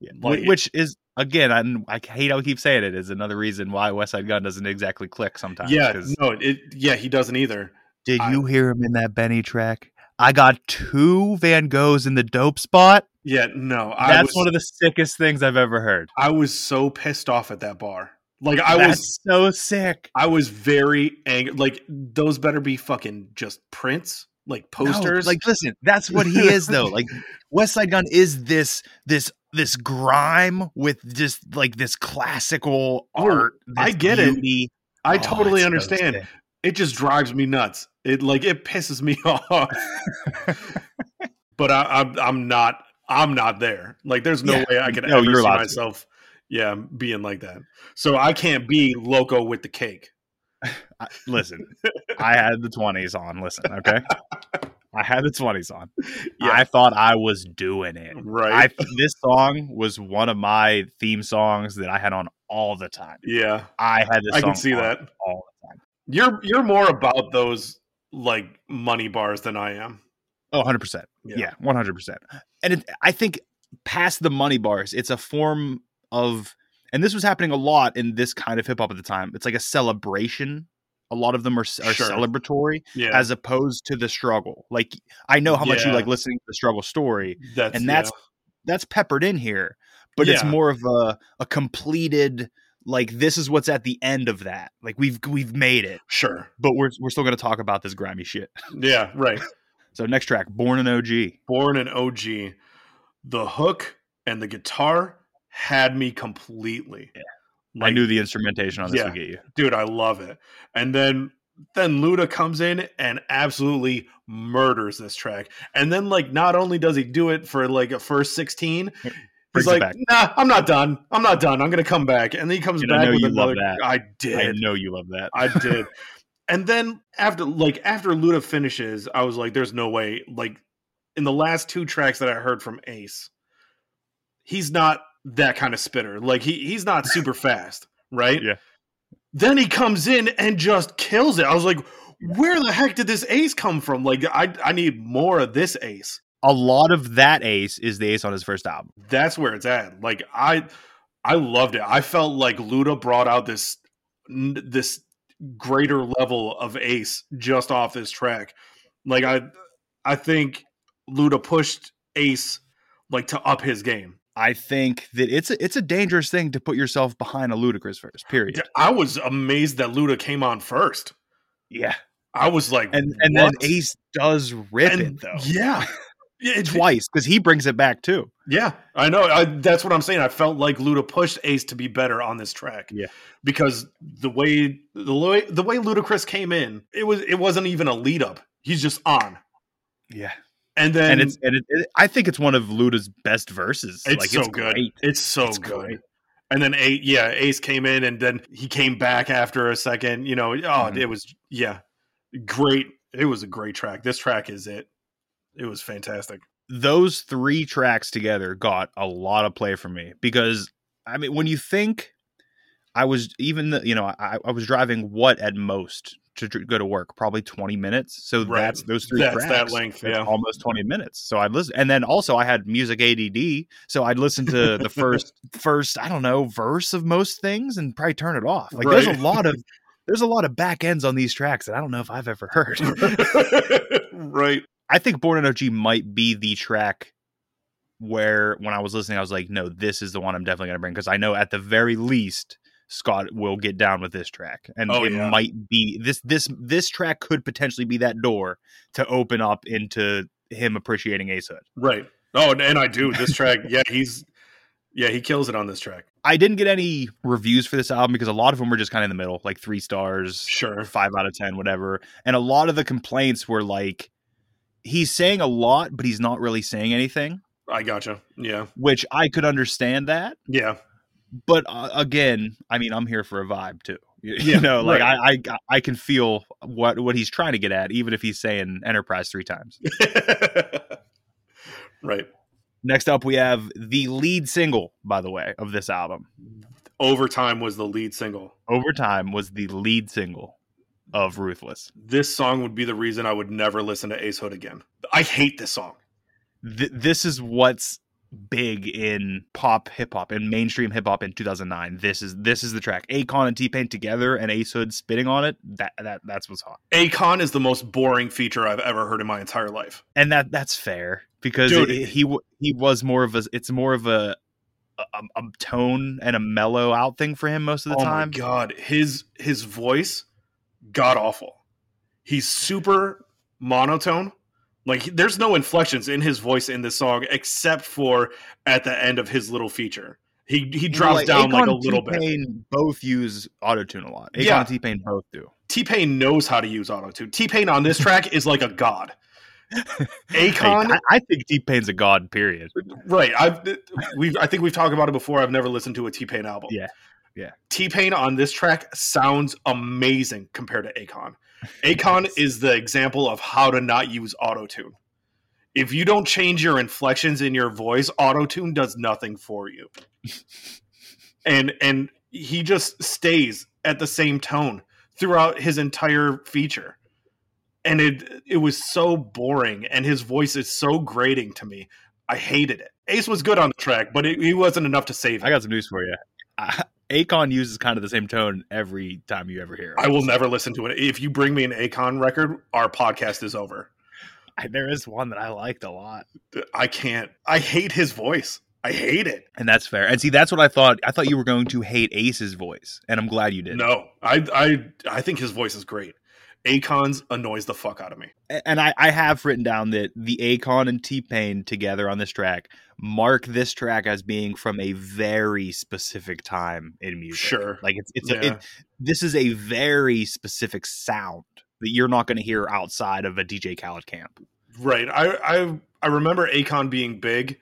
Yeah. Wh- which is again, I'm, I hate how I keep saying it. Is another reason why West Side Gun doesn't exactly click sometimes. yeah, 'cause no, it, yeah, he doesn't either. did I- you hear him in that Benny track? I got two Van Goghs in the dope spot. Yeah, no, I That's was one of the sickest things I've ever heard. I was so pissed off at that bar. Like I That's was so sick. I was very angry. Like those better be fucking just prints, like No, posters. like, listen, that's what he is though. (laughs) Like, West Side Gun is this this this grime with just like this classical Oh, art. I get it. it. I totally understand. it just drives me nuts. It like it pisses me (laughs) (laughs) off. but I, I'm I'm not I'm not there. Like there's no Yeah. way I can No, ever you're see allowed to. myself. Yeah, being like that. So I can't be loco with the cake. I, listen, I had the twenties on. Listen, (laughs) okay, I had the twenties on. Yeah. I thought I was doing it. I Right. this song was one of my theme songs that I had on all the time. yeah. I had this. I song can see on that. all the time. You're you're more about those like money bars than I am. Oh, 100 percent. Yeah. Yeah, one hundred percent. And it, I think past the money bars, it's a form of, and this was happening a lot in this kind of hip hop at the time. It's like a celebration. A lot of them are, are Sure. celebratory Yeah. as opposed to the struggle. Like I know how much you Yeah. like listening to the struggle story, that's and that's that's peppered in here, but it's Yeah. more of a a completed like this is what's at the end of that. Like we've we've made it, yeah. sure. but we're we're still going to talk about this grimy shit. Yeah, right. So next track, Born an OG. Born an OG, the hook and the guitar had me completely. I knew the instrumentation on this would get you. dude, I love it. And then then Luda comes in and absolutely murders this track. And then like not only does he do it for like a first 16, Brings he's it like, back. "Nah, I'm not done. I'm not done. I'm going to come back." And then he comes Dude, I back know with you love another that. I I did. know you love that. I did. and then after like after Luda finishes, I was like, there's no way. Like in the last two tracks that I heard from Ace, he's not that kind of spitter. Like he he's not super fast, right? Yeah. Then he comes in and just kills it. I was like, where the heck did this ace come from? Like I I need more of this ace. (laughs) A lot of that ace is the ace on his first album. That's where it's at. Like I I loved it. I felt like Luda brought out this n- this greater level of ace just off this track. Like I I think Luda pushed Ace like to up his game. I think that it's a, it's a dangerous thing to put yourself behind a ludicrous first. Period. I was amazed that Luda came on first. Yeah, I was like and and what? then Ace does rip And- it though (laughs) Yeah. Yeah, it- twice because he brings it back too. yeah, I know. I, that's what I'm saying. I felt like Luda pushed Ace to be better on this track. Yeah. because the way the way the way Ludacris came in, it was it wasn't even a lead up. He's just on, Yeah, and then and, it's and it, it- I think it's one of Luda's best verses. it's like, so good. great. It's so It's good. great. And then Ace, yeah, Ace came in, and then he came back after a second. You know, oh, Mhm. it was yeah, great. It was a great track. This track is it. It was (laughs) fantastic. (laughs) Those three tracks together got a lot of play from me because I mean, when you think I was even the, you know I, I was driving what at most to dr- go to work probably 20 minutes so Right. that's those three That's tracks, that length, that's yeah. almost 20 minutes so i'd listen and then also i had music add so i'd listen to (laughs) the first first i don't know verse of most things and probably turn it off like there's Right. a lot of there's a lot of back ends on these tracks that i don't know if i've ever (laughs) heard right. I think Born in OG might be the track where when I was listening, I was like, no, this is the one I'm definitely gonna bring because I know at the very least Scott will get down with this track. And Oh, it yeah. might be this this this track could potentially be that door to open up into him appreciating Ace Hood. Right. Oh, and, and I do this track. yeah, he's yeah, he kills it on this track. I didn't get any reviews for this album because a lot of them were just kind of in the middle, like three stars, Sure. five out of ten, whatever. And a lot of the complaints were like he's saying a lot, but he's not really saying anything. I gotcha. Yeah. which I could understand that. Yeah. (laughs) But uh, again, I mean, I'm here for a vibe too. (laughs) You, you Yeah, know, like right. I, I I can feel what what he's trying to get at, even if he's saying Enterprise three times. right. Next up, we have the lead single, by the way, of this album. Overtime was the lead single. Overtime was the lead single. of Ruthless. This song would be the reason I would never listen to Ace Hood again. I hate this song. Th- this is what's big in pop hip hop and mainstream hip hop in 2009. This is this is the track. Akon and T Pain together and Ace Hood spitting on it. That that that's what's hot. Akon is the most boring feature I've ever heard in my entire life. And that that's fair because it, it, he w- he was more of a it's more of a, a a tone and a mellow out thing for him most of the oh time. my god, his his voice god awful. He's super monotone. Like there's no inflections in his voice in this song except for at the end of his little feature. He he drops Like, down Akon like a and little bit. T-Pain both use autotune a lot. Akon Yeah. and T Pain both do. T Pain knows how to use auto tune. T Pain on this track is like (laughs) a god. Akon, I, I think T Pain's a god. Period. right? I've we I think we've talked about it before. I've never listened to a T Pain album. Yeah. Yeah. T Pain on this track sounds amazing compared to Akon. Akon is the example of how to not use auto tune. If you don't change your inflections in your voice, auto tune does nothing for you. and and he just stays at the same tone throughout his entire feature. And it it was so boring and his voice is so grating to me. I hated it. Ace was good on the track, but it, he wasn't enough to save it. I got some news for you. I, (laughs) Akon uses kind of the same tone every time you ever hear. It. I will never listen to it. If you bring me an Akon record, our podcast is over. I- there is one that I liked a lot, I can't. I hate his voice. I hate it. and that's fair. And see, that's what I thought. I thought you were going to hate Ace's voice, and I'm glad you did. No, I, I, I think his voice is great. Akon's annoys the fuck out of me. and I, I have written down that the Akon and T Pain together on this track mark this track as being from a very specific time in music. Sure. like it's it's a, Yeah. it, this is a very specific sound that you're not going to hear outside of a DJ Khaled camp. Right. I, I, I remember Akon being big.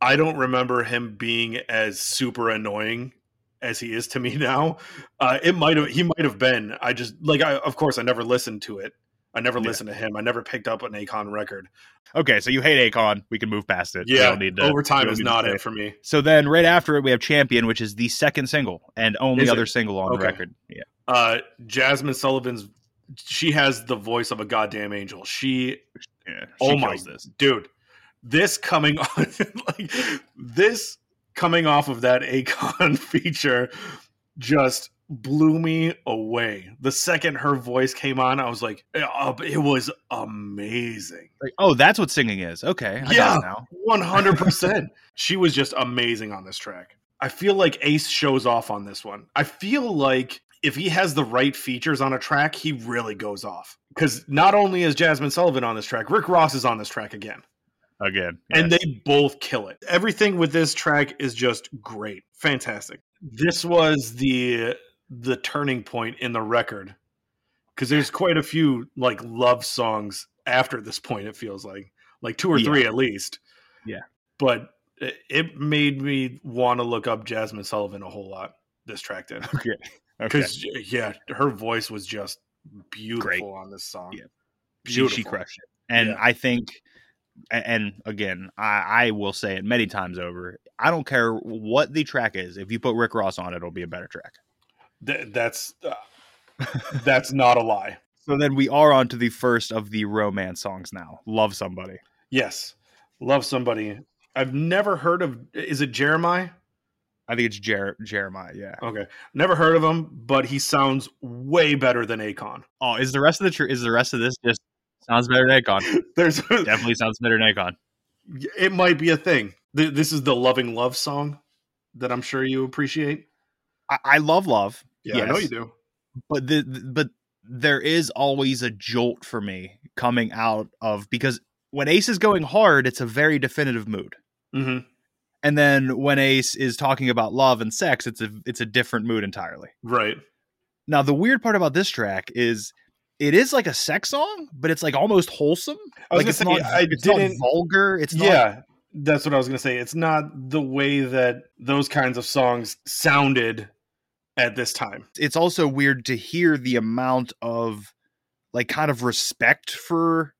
I don't remember him being as super annoying as he is to me (laughs) now. Uh, it might have. He might have been. I just like. I of course I never listened to it. I never Yeah. listened to him. I never picked up an Akon record. Okay, so you hate Akon. We can move past it. We Yeah, don't need to- we overtime don't is need to not say it for me. So then, right after it, we have Champion, which is the second single and only Is it? other single on Okay. the record. Yeah, uh Jasmine Sullivan's she has the voice of a goddamn angel. She yeah. Oh She my- kills this. dude, this coming (laughs) on like this coming off of that Akon (laughs) feature just blew me away. The second her voice came on, I was like, uh, it was amazing. Like, oh, that's what singing is. Okay, I got Yeah. it now. 100%. she was just amazing on this track. I feel like Ace shows off on this one. I feel like if he has the right features on a track, he really goes off. Because not only is Jasmine Sullivan on this track, Rick Ross is on this track again. Again, And yes. they both kill it. Everything with this track is just great. Fantastic. This was the the turning point in the record. Cause there's quite a few like love songs after this point, it feels like. Like two or Yeah. three at least. Yeah. But it- it made me want to look up Jasmine Sullivan a whole lot. This track did. (laughs) Okay. Because yeah, her voice was just beautiful on this song. Yeah. she, she Beautiful. crushed it. And Yeah. I think, a- and again, I, I will say it many times over. I don't care what the track is. If you put Rick Ross on it, it'll be a better track. Th- that's (laughs) uh, that's not a lie. So then we are on to the first of the romance songs now. Love somebody. Yes. Love somebody. I've never heard of is it Jeremiah? I think it's Jer- Jeremiah. Yeah. Okay. Never heard of him, but he sounds way better than Akon. (laughs) Oh, is the rest of the tr- is the rest of this just sounds better than (laughs) Akon? There's Definitely sounds better than Akon. (laughs) it might be a thing. Th- This is the loving love song that I'm sure you appreciate. I, I love love. Yeah, I know Yes. you do. but the, the- but there is always a jolt for me coming out of because when Ace is going hard, it's a very definitive mood, Mhm. and then when Ace is talking about love and sex, it's a it's a different mood entirely. Right. Now the weird part about this track is it is like a sex song, but it's like almost wholesome. I like was gonna it's say, not, I it's not didn't- vulgar. It's not yeah, that's what I was gonna say. It's not the way that those kinds of songs sounded at this time. it's also weird to hear the amount of like kind of respect for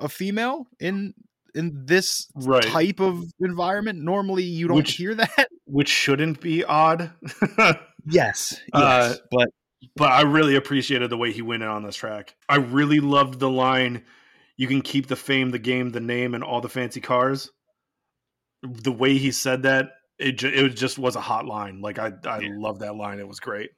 a female in in this Right. type of environment. Normally, you don't (laughs) Which- hear that. (laughs) Which shouldn't be odd. Yes, Uh, but but I really appreciated the way he went in on this track. I really loved the line, "You can keep the fame, the game, the name, and all the fancy cars." The way he said that, it ju- it just was a hot line. Like I I Yeah. love that line. It was great.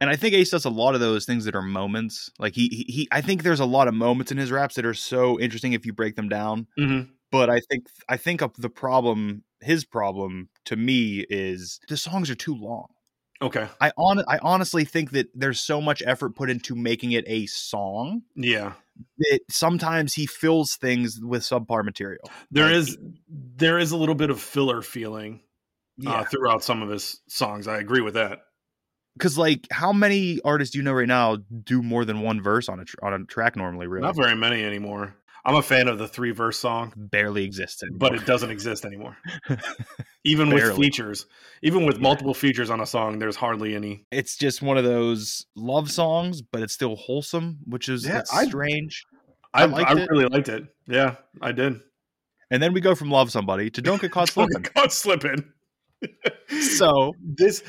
And I think Ace does a lot of those things that are moments. Like he, he, he I think there's a lot of moments in his raps that are so interesting if you break them down. Mm-hmm. But I think, I think of the problem, his problem to me is the songs are too long. Okay. I on, I honestly think that there's so much effort put into making it a song Yeah. that sometimes he fills things with subpar material. There Like, is there is a little bit of filler feeling uh, throughout some of his songs. I agree with that. because like how many artists do you know right now do more than one verse on a tr- on a track normally? Really, Not very many anymore. I'm a fan of the three verse song, barely exists. anymore. but it doesn't exist (laughs) anymore. Even with Barely. features, even with multiple features on a song, there's hardly any. it's just one of those love songs, but it's still wholesome, which is Yeah, it's I- strange. I I, I, liked it. really liked it. Yeah, I (laughs) did. And then we go from love somebody to don't get (laughs) caught slipping. God, slipping. so this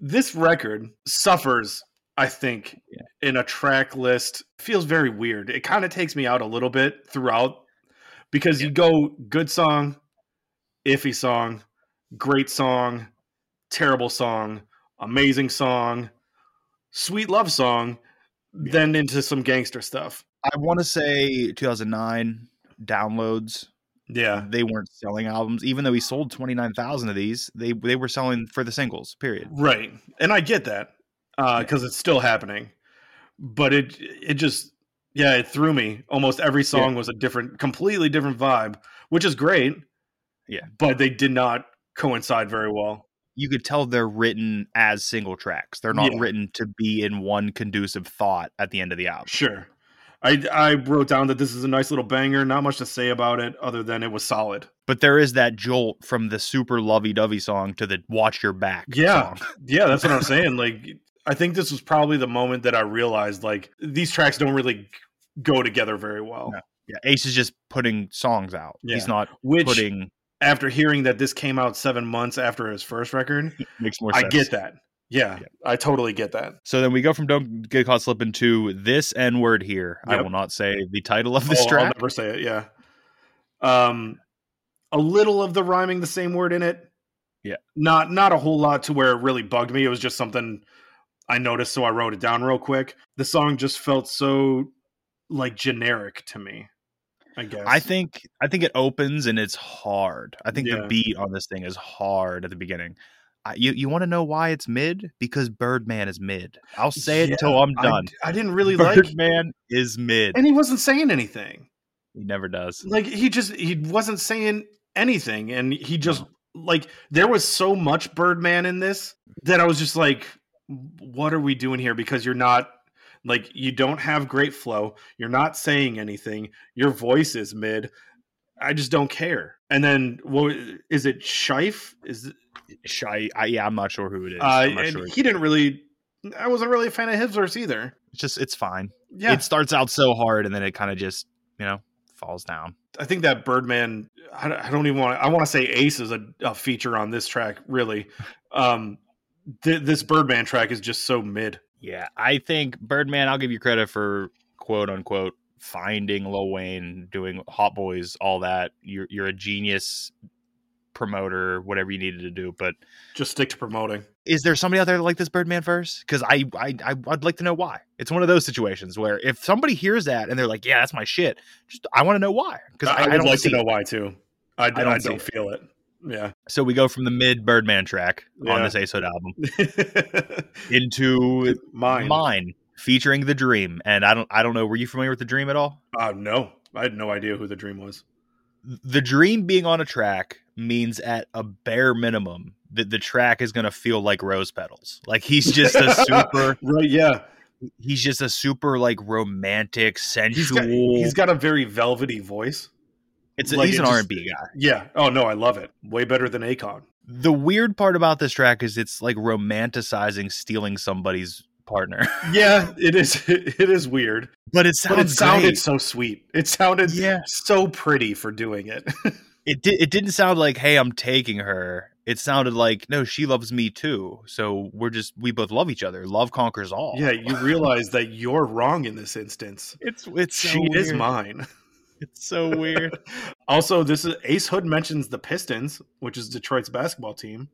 this record suffers i think in a track list feels very weird it kind of takes me out a little bit throughout because you go good song iffy song great song terrible song amazing song sweet love song then into some gangster stuff I want to say 2009 downloads. yeah They weren't selling albums, even though he sold 29,000 of these. They they were selling for the singles. Period. right and i get that Yeah. because it's still happening but it it just yeah it threw me almost every song was a different completely different vibe which is great Yeah. but they did not coincide very well you could tell they're written as single tracks. They're not Yeah. written to be in one conducive thought at the end of the album. sure i i wrote down that this is a nice little banger not much to say about it other than it was solid But there is that jolt from the super lovey dovey song to the watch your back. Yeah. song. yeah that's what i'm saying like i think this was probably the moment that i realized like these tracks don't really go together very well No. Yeah. Ace is just putting songs out. Yeah. He's not which putting after hearing that this came out 7 months after his first record makes more I sense. get that. Yeah, Yeah. I totally get that. So then we go from Don't Get Caught Slipping to this N word here. I Yep. will not say the title of Oh, this I'll track. never say it. Yeah. Um, a little of the rhyming the same word in it. Yeah. Not not a whole lot to where it really bugged me. It was just something I noticed, so I wrote it down real quick. The song just felt so like generic to me. I guess. I think I think it opens and it's hard. I think Yeah. the beat on this thing is hard at the beginning. I, you you want to know why it's mid? Because Birdman is mid. I'll say it Yeah, until I'm I- done. I, didn't (laughs) really like. Birdman is mid. And he wasn't saying anything. He never does. like he just he wasn't saying anything and he just like there was so much birdman in this that i was just like what are we doing here because you're not like you don't have great flow you're not saying anything your voice is mid i just don't care and then what is it shife is Shy. I, yeah, I'm not sure who it is. uh I'm not and sure. he didn't really i wasn't really a fan of his verse either It's just it's fine. yeah It starts out so hard and then it kind of just you know falls down. I think that Birdman. I don't, I don't even want. I want to say Ace is a, a feature on this track. Really, um, th- this Birdman track is just so mid. Yeah, I think Birdman. I'll give you credit for quote unquote finding Lil Wayne, doing Hot Boys, all that. You're you're a genius promoter, whatever you needed to do. But Just stick to promoting. is there somebody out there that like this Birdman verse? Because I, I I would like to know why. It's one of those situations where if somebody hears that and they're like, "Yeah, that's my shit," just I want to know why. Because I, I, would don't like see to know it. why too. I, d- I don't don't, see it. feel it. (laughs) Yeah. So we go from the mid Birdman track on Yeah. this Ace Hood album into Mine. Mine. featuring the Dream. And I don't I don't know. Were you familiar with the Dream at all? Uh, no, I had no idea who the dream was. the dream being on a track means at a bare minimum that the track is going to feel like rose petals like he's just a (laughs) super Right. Yeah. he's just a super like romantic He's sensual got, he's got a very velvety voice. it's a, like, he's it an just- r&b guy Yeah. Oh no, I love it. Way better than Akon. the weird part about this track is it's like romanticizing stealing somebody's partner (laughs) Yeah, it is. (laughs) It is weird. but it but it sounds sounded great. so sweet. It sounded Yeah. so pretty for doing it. (laughs) it, di- it didn't sound like hey i'm taking her it sounded like no she loves me too so we're just we both love each other love conquers all Yeah, you realize that you're wrong in this instance. it's it's so she is weird. mine. (laughs) it's so weird Also, this is Ace Hood mentions the Pistons, which is Detroit's basketball team.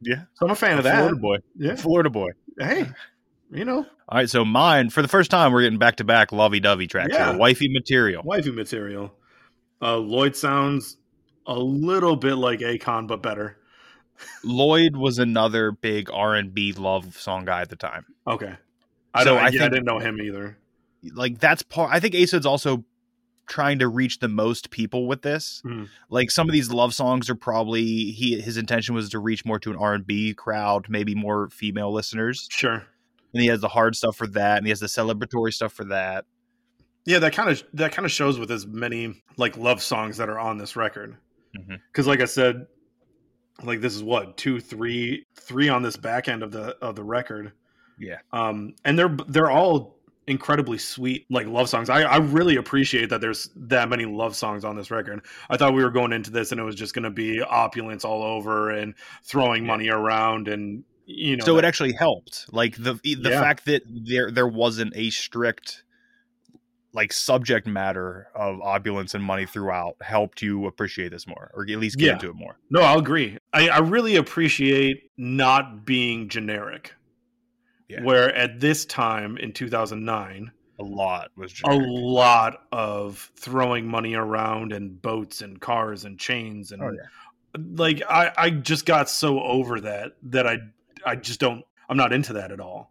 yeah So I'm a fan of that. florida boy Yeah. florida boy Hey, you know, all right so mine for the first time we're getting back to back lovey-dovey tracks Yeah. here. wifey material wifey material. Uh, Lloyd sounds a little bit like Akon, but better. lloyd was another big r&b love song guy at the time Okay. I So don't. I, I yeah, I think- didn't know him either. like that's part i think acid's also trying to reach the most people with this Mhm. like some of these love songs are probably he his intention was to reach more to an r&b crowd maybe more female listeners Sure. and he has the hard stuff for that and he has the celebratory stuff for that Yeah, that kind of that kind of shows with as many like love songs that are on this record. Mhm. Because, like I said, like this is what two, three, three on this back end of the of the record. yeah um, and they're they're all incredibly sweet like love songs I, I really appreciate that there's that many love songs on this record i thought we were going into this and it was just going to be opulence all over and throwing money around and you know so it that- actually helped like the e, the Yeah. fact that there there wasn't a strict like subject matter of opulence and money throughout helped you appreciate this more or at least get Yeah. into it more no i'll agree I, I really appreciate not being generic Yeah. where at this time in 2009 a lot was a generic. lot of throwing money around and boats and cars and chains and Oh, yeah. like I, I just got so over that that I I just don't I'm not into that at all.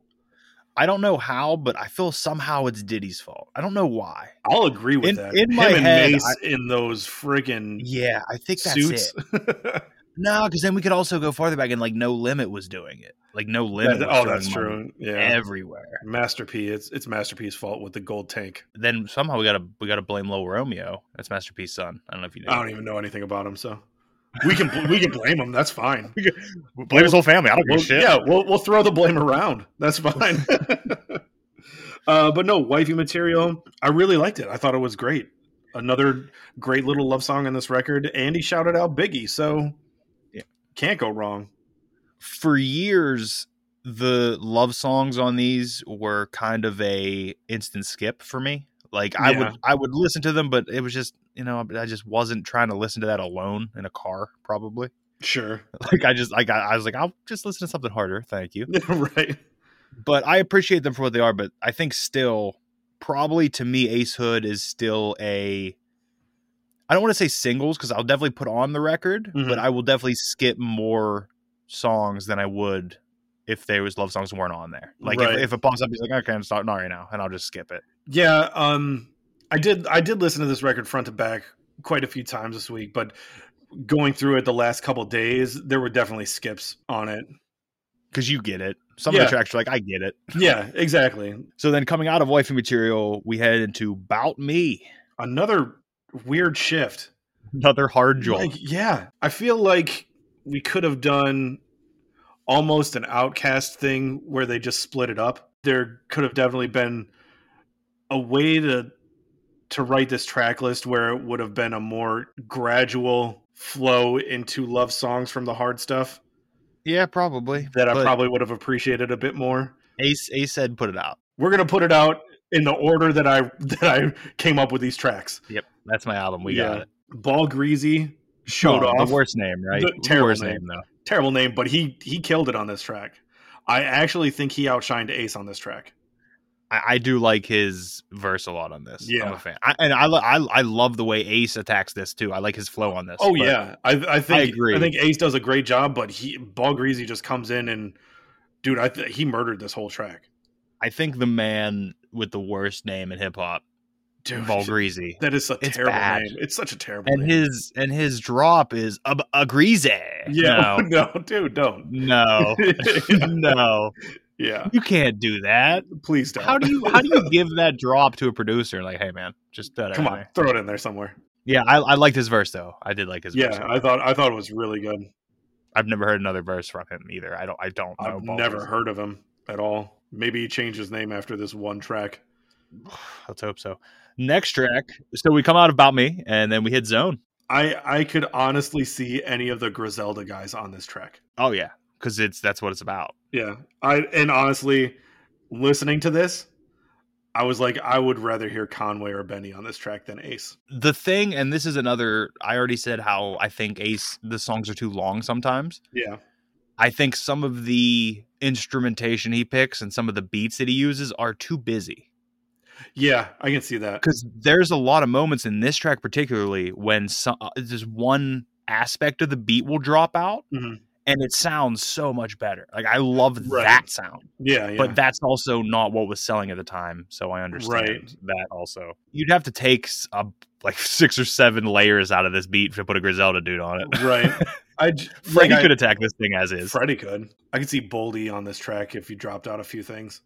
I don't know how, but I feel somehow it's Diddy's fault. I don't know why. I'll agree with In- that. in my head, Mace in those friggin' Yeah, I think that's suits. it. (laughs) No, because then we could also go farther back and like No Limit was doing it. Like No Limit. That- was oh, that's throwing money true. Yeah. Everywhere. Master P, it's it's Master P's fault with the gold tank. Then somehow we gotta we gotta blame Lil Romeo. That's Masterpiece son. I don't know if you know. I don't even know anything about him, so we can we can blame him. That's fine. blame his whole family. I don't We'll- Yeah, we'll we'll throw the blame around. That's fine. (laughs) uh, but no, wifey material. I really liked it. I thought it was great. Another great little love song on this record. And he shouted out Biggie, so Yeah. can't go wrong. For years, the love songs on these were kind of a instant skip for me. Like I Yeah. would I would listen to them, but it was just you know I just wasn't trying to listen to that alone in a car probably. (laughs) Sure, like i just like I, I was like i'll just listen to something harder thank you (laughs) right? but i appreciate them for what they are but i think still probably to me ace hood is still a i don't want to say singles because i'll definitely put on the record Mhm. but i will definitely skip more songs than i would if there was love songs weren't on there like Right. if, if it pops up he's like okay i'm starting not right now and i'll just skip it Yeah, um, I did. I did listen to this record front to back quite a few times this week, but going through it the last couple days, there were definitely skips on it. because you get it some of Yeah. the tracks are like i get it Yeah, exactly. so then coming out of wifey material we head into bout me Another weird shift. another hard jolt Like, yeah, I feel like we could have done almost an outcast thing where they just split it up. There could have definitely been a way to to write this track list where it would have been a more gradual flow into love songs from the hard stuff Yeah, probably. that I But probably would have appreciated a bit more. Ace Ace said put it out. We're gonna put it out in the order that I (laughs) that I came up with these tracks. That's my album. We got Yeah. it. Ball greasy showed Oh, off. the worst name, right? The terrible worst name. name though. terrible name, but he he killed it on this track. I actually think he outshined Ace on this track. I, I do like his verse a lot on this. I'm Yeah. a fan, I, and I, lo- I I love the way Ace attacks this too. I like his flow on this. Oh but yeah, I I think I, agree. think Ace does a great job, but he Ball Greasy just comes in and dude, I th- he murdered this whole track. I think the man with the worst name in hip hop, Dude, Greasy, that is a It's terrible bad. name. It's such a terrible and name. his and his drop is a, a Greasy. yeah, (laughs) no. dude, don't. (laughs) No. No. no. yeah, You can't do that. please don't. How do you how do you give that drop to a producer? Like, hey man, just put it Come in on, there. throw it in there somewhere. Yeah, I, I liked his verse though. I did like his verse. Yeah, I thought I thought it was really good. I've never heard another verse from him either. I don't. I don't. know I've Ball never Greasy. heard of him at all. Maybe he changed his name after this one track. Let's hope so. Next track. So we come out about me, and then we hit zone. I I could honestly see any of the Griselda guys on this track. Oh yeah, because it's that's what it's about. Yeah, I and honestly, listening to this, I was like, I would rather hear Conway or Benny on this track than Ace. The thing, and this is another. I already said how I think Ace the songs are too long sometimes. Yeah, I think some of the instrumentation he picks and some of the beats that he uses are too busy. yeah, I can see that. because there's a lot of moments in this track particularly when some uh, just one aspect of the beat will drop out Mhm. and it sounds so much better like i love Right. that sound Yeah, yeah. but that's also not what was selling at the time so i understand Right. that also you'd have to take s- a, like (laughs) six or seven layers out of this beat to put a griselda dude on it (laughs) right. I (laughs) j- Frankie like, I- could attack this thing as is. Freddie could. I could see Boldy on this track if you dropped out a few things.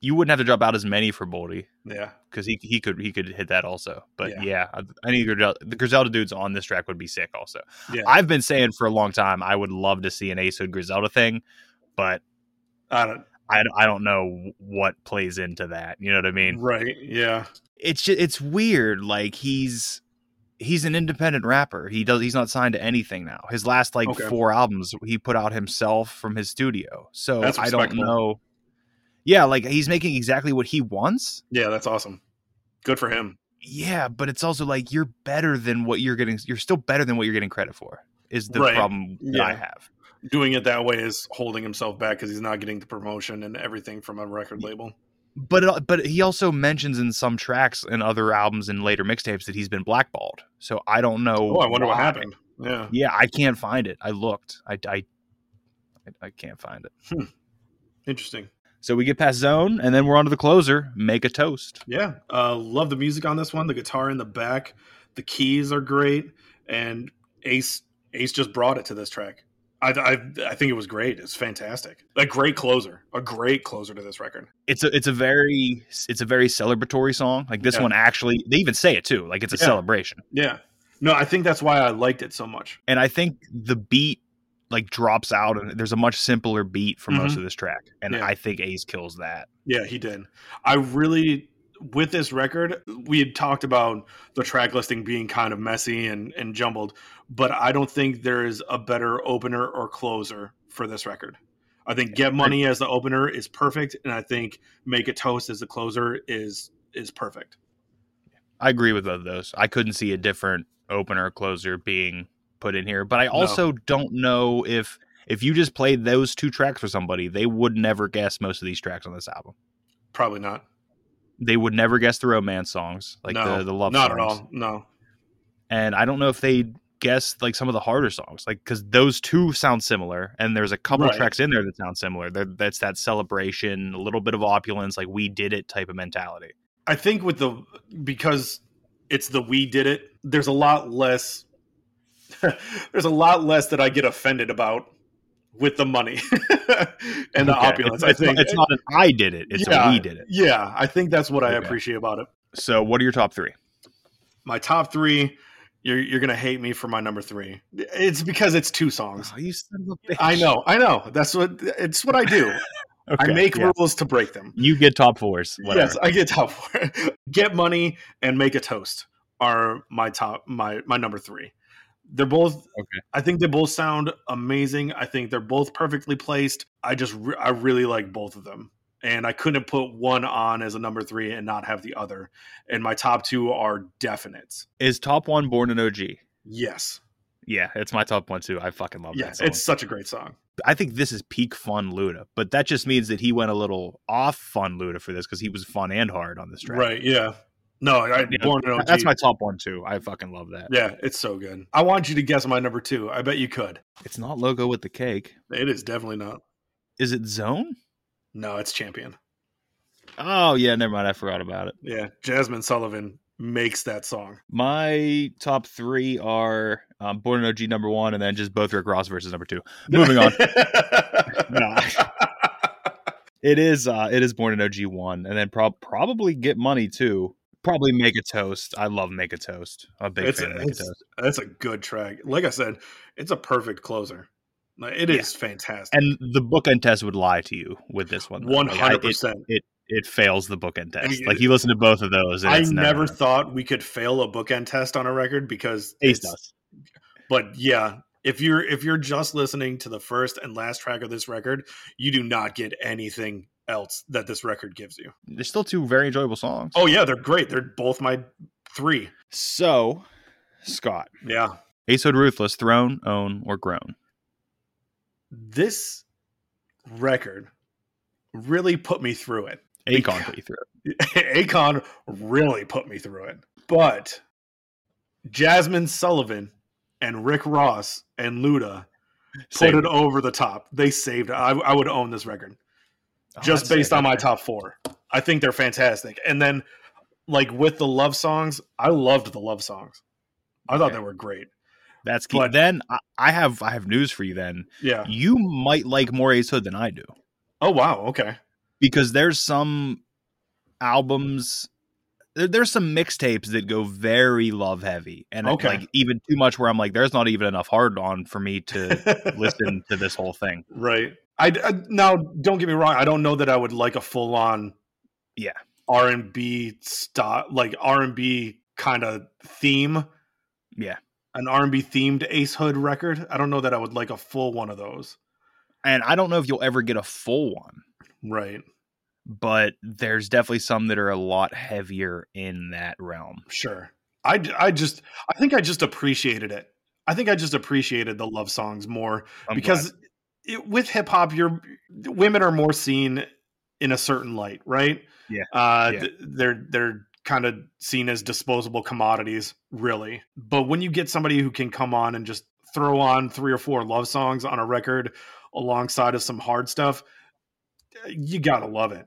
You wouldn't have to drop out as many for Boldy Yeah. because he he could he could hit that also. But Yeah. yeah, I, I think Griselda, the Griselda dudes on this track would be sick also. Yeah. I, I've been saying for a long time I would love to see an Ace Hood Griselda thing, but don't, I, I don't know what plays into that. You know what I mean? right. Yeah. It's just, it's weird. Like he's he's an independent rapper. He does he's not signed to anything now. His last like Okay. four albums he put out himself from his studio. So That's I don't respectable. know. Yeah, like he's making exactly what he wants. Yeah. That's awesome. Good for him. Yeah, but it's also like you're better than what you're getting. You're still better than what you're getting credit for. Is the Right. problem that I Yeah. have? Doing it that way is holding himself back because he's not getting the promotion and everything from a record label. but it, but he also mentions in some tracks and other albums and later mixtapes that he's been blackballed. So I don't know. Oh, I wonder what why. happened. Yeah. Yeah, I can't find it. I looked. I I I- I can't find it. Interesting. So we get past zone, and then we're on to the closer. Make a toast. Yeah. Uh, love the music on this one. The guitar in the back, the keys are great, and Ace Ace just brought it to this track. I, I, I think it was great. It's fantastic. A great closer. A great closer to this record. It's a it's a very it's a very celebratory song. Like this Yeah. one actually, they even say it too. Like it's a Yeah. celebration. Yeah. No, I think that's why I liked it so much. And I think the beat like drops out, and there's a much simpler beat for most of this track. And Mm-hmm. Yeah. I think Ace kills that. Yeah, he did. I really with this record, we had talked about the track listing being kind of messy and, and jumbled, but I don't think there is a better opener or closer for this record. I think Get Money as the opener is perfect, and I think Make a Toast as the closer is is perfect. I agree with both of those. I couldn't see a different opener or closer being put in here, but I also don't know if if you just played those two tracks for somebody, they would never guess most of these tracks on this album. Probably not. They would never guess the romance songs, like no, the the love not songs. at all. No. And I don't know if they guess like some of the harder songs, like because those two sound similar, and there's a couple Right. tracks in there that sound similar. They're, that's that celebration, a little bit of opulence, like we did it type of mentality. I think with the because it's the we did it. There's a lot less. (laughs) there's a lot less that I get offended about with the money (laughs) and the Okay. opulence. It's, I think it's, not an I did it; it's a we did it. Yeah, I think that's what I Okay. appreciate about it. So, what are your top three? My top three. You're you're gonna hate me for my number three. It's because it's two songs. you son of a bitch. I know, I know. That's what it's what I do. I Okay, make yeah. rules to break them. You get top fours. Whatever. Yes, I get top four. (laughs) get money and make a toast are my top my my number three. They're both Okay. I think they both sound amazing. I think they're both perfectly placed. I just re- I really like both of them, and I couldn't put one on as a number three and not have the other. And my top two are definite. Is top one Born an OG? Yes, Yeah, it's my top one too. I fucking love that. yes, Song. it's such a great song. I think this is peak fun Luda, but that just means that he went a little off fun Luda for this because he was fun and hard on this track. Right? Yeah. No, I Yeah, born an (laughs) OG. That's my top one too. I fucking love that. Yeah, it's so good. I want you to guess my number two. I bet you could. It's not logo with the cake. It is definitely not. Is it zone? No, it's champion. Oh yeah, never mind. I forgot about it. Yeah, Jasmine Sullivan makes that song. My top three are um, Born an OG number one, and then just both Rick Ross versus number two. Moving (laughs) on. No. It is uh it is born in OG one and then prob- probably get money too. Probably make a toast. I love make a toast. I'm a big It's- fan of make a it's- toast. That's a good track. Like I said, it's a perfect closer. Like, it is fantastic. And the book and test would lie to you with this one. though. One Like, I- hundred it- percent. it fails the bookend test. Like you listen to both of those. I never thought we could fail a bookend test on a record because Ace does. But yeah, if you're if you're just listening to the first and last track of this record, you do not get anything else that this record gives you. They're still two very enjoyable songs. Oh yeah, they're great. They're both my three. So, Scott, Yeah. Acehood Ruthless, Throne, Own, or Grown. This record really put me through it. (laughs) Akon put you through it. Akon really put me through it. But Jasmine Sullivan and Rick Ross and Luda put Saved it over the top. They saved it. I, I would own this record Oh, just I'd based say on my that. top four. I think they're fantastic. And then, like with the love songs, I loved the love songs. I thought Okay. they were great. That's key. but- then I, I have I have news for you. Then Yeah. you might like more Ace Hood than I do Oh wow. Okay. because there's some albums. There, there's some mixtapes that go very love heavy and Okay. like even too much where I'm like, there's not even enough hard on for me (laughs) to listen to this whole thing. Right. I, I- now don't get me wrong. I don't know that I would like a full on, Yeah. R and B style, like R and B kind of theme, Yeah. an R and B themed Ace Hood record. I don't know that I would like a full one of those. And I don't know if you'll ever get a full one, Right. but there's definitely some that are a lot heavier in that realm. Sure. I d- I just I think I just appreciated it. I think I just appreciated the love songs more I'm because it, with hip hop, you're women are more seen in a certain light, right? Yeah. Uh, Yeah. th- they're they're kind of seen as disposable commodities, really. But when you get somebody who can come on and just throw on three or four love songs on a record alongside of some hard stuff, you gotta love it.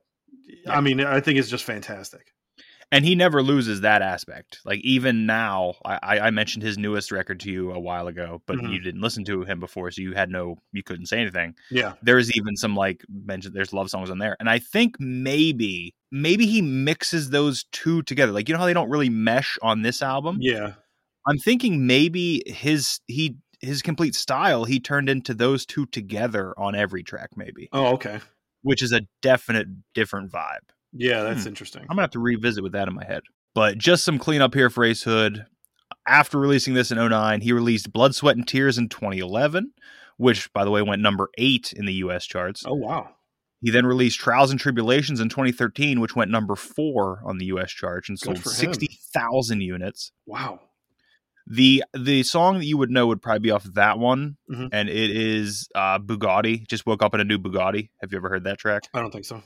I mean, I think it's just fantastic. and he never loses that aspect. Like even now, I- I, I mentioned his newest record to you a while ago, but Mhm. you didn't listen to him before, so you had no, you couldn't say anything. Yeah. There's even some like mention. There's love songs on there, and I think maybe maybe he mixes those two together. Like you know how they don't really mesh on this album. Yeah. I'm thinking maybe his he his complete style he turned into those two together on every track, maybe, Oh, okay. which is a definite different vibe. Yeah, that's Hmm. interesting. I'm gonna have to revisit with that in my head. But just some cleanup here for Ace Hood. After releasing this in 09, he released Blood, Sweat, and Tears in 2011, which, by the way, went number eight in the US charts. Oh wow. He then released Trials and Tribulations in 2013, which went number four on the US charts and Good sold for him. 60,000 units. Wow. The the song that you would know would probably be off that one, Mhm. and it is uh, Bugatti. Just woke up in a new Bugatti. Have you ever heard that track? I don't think so.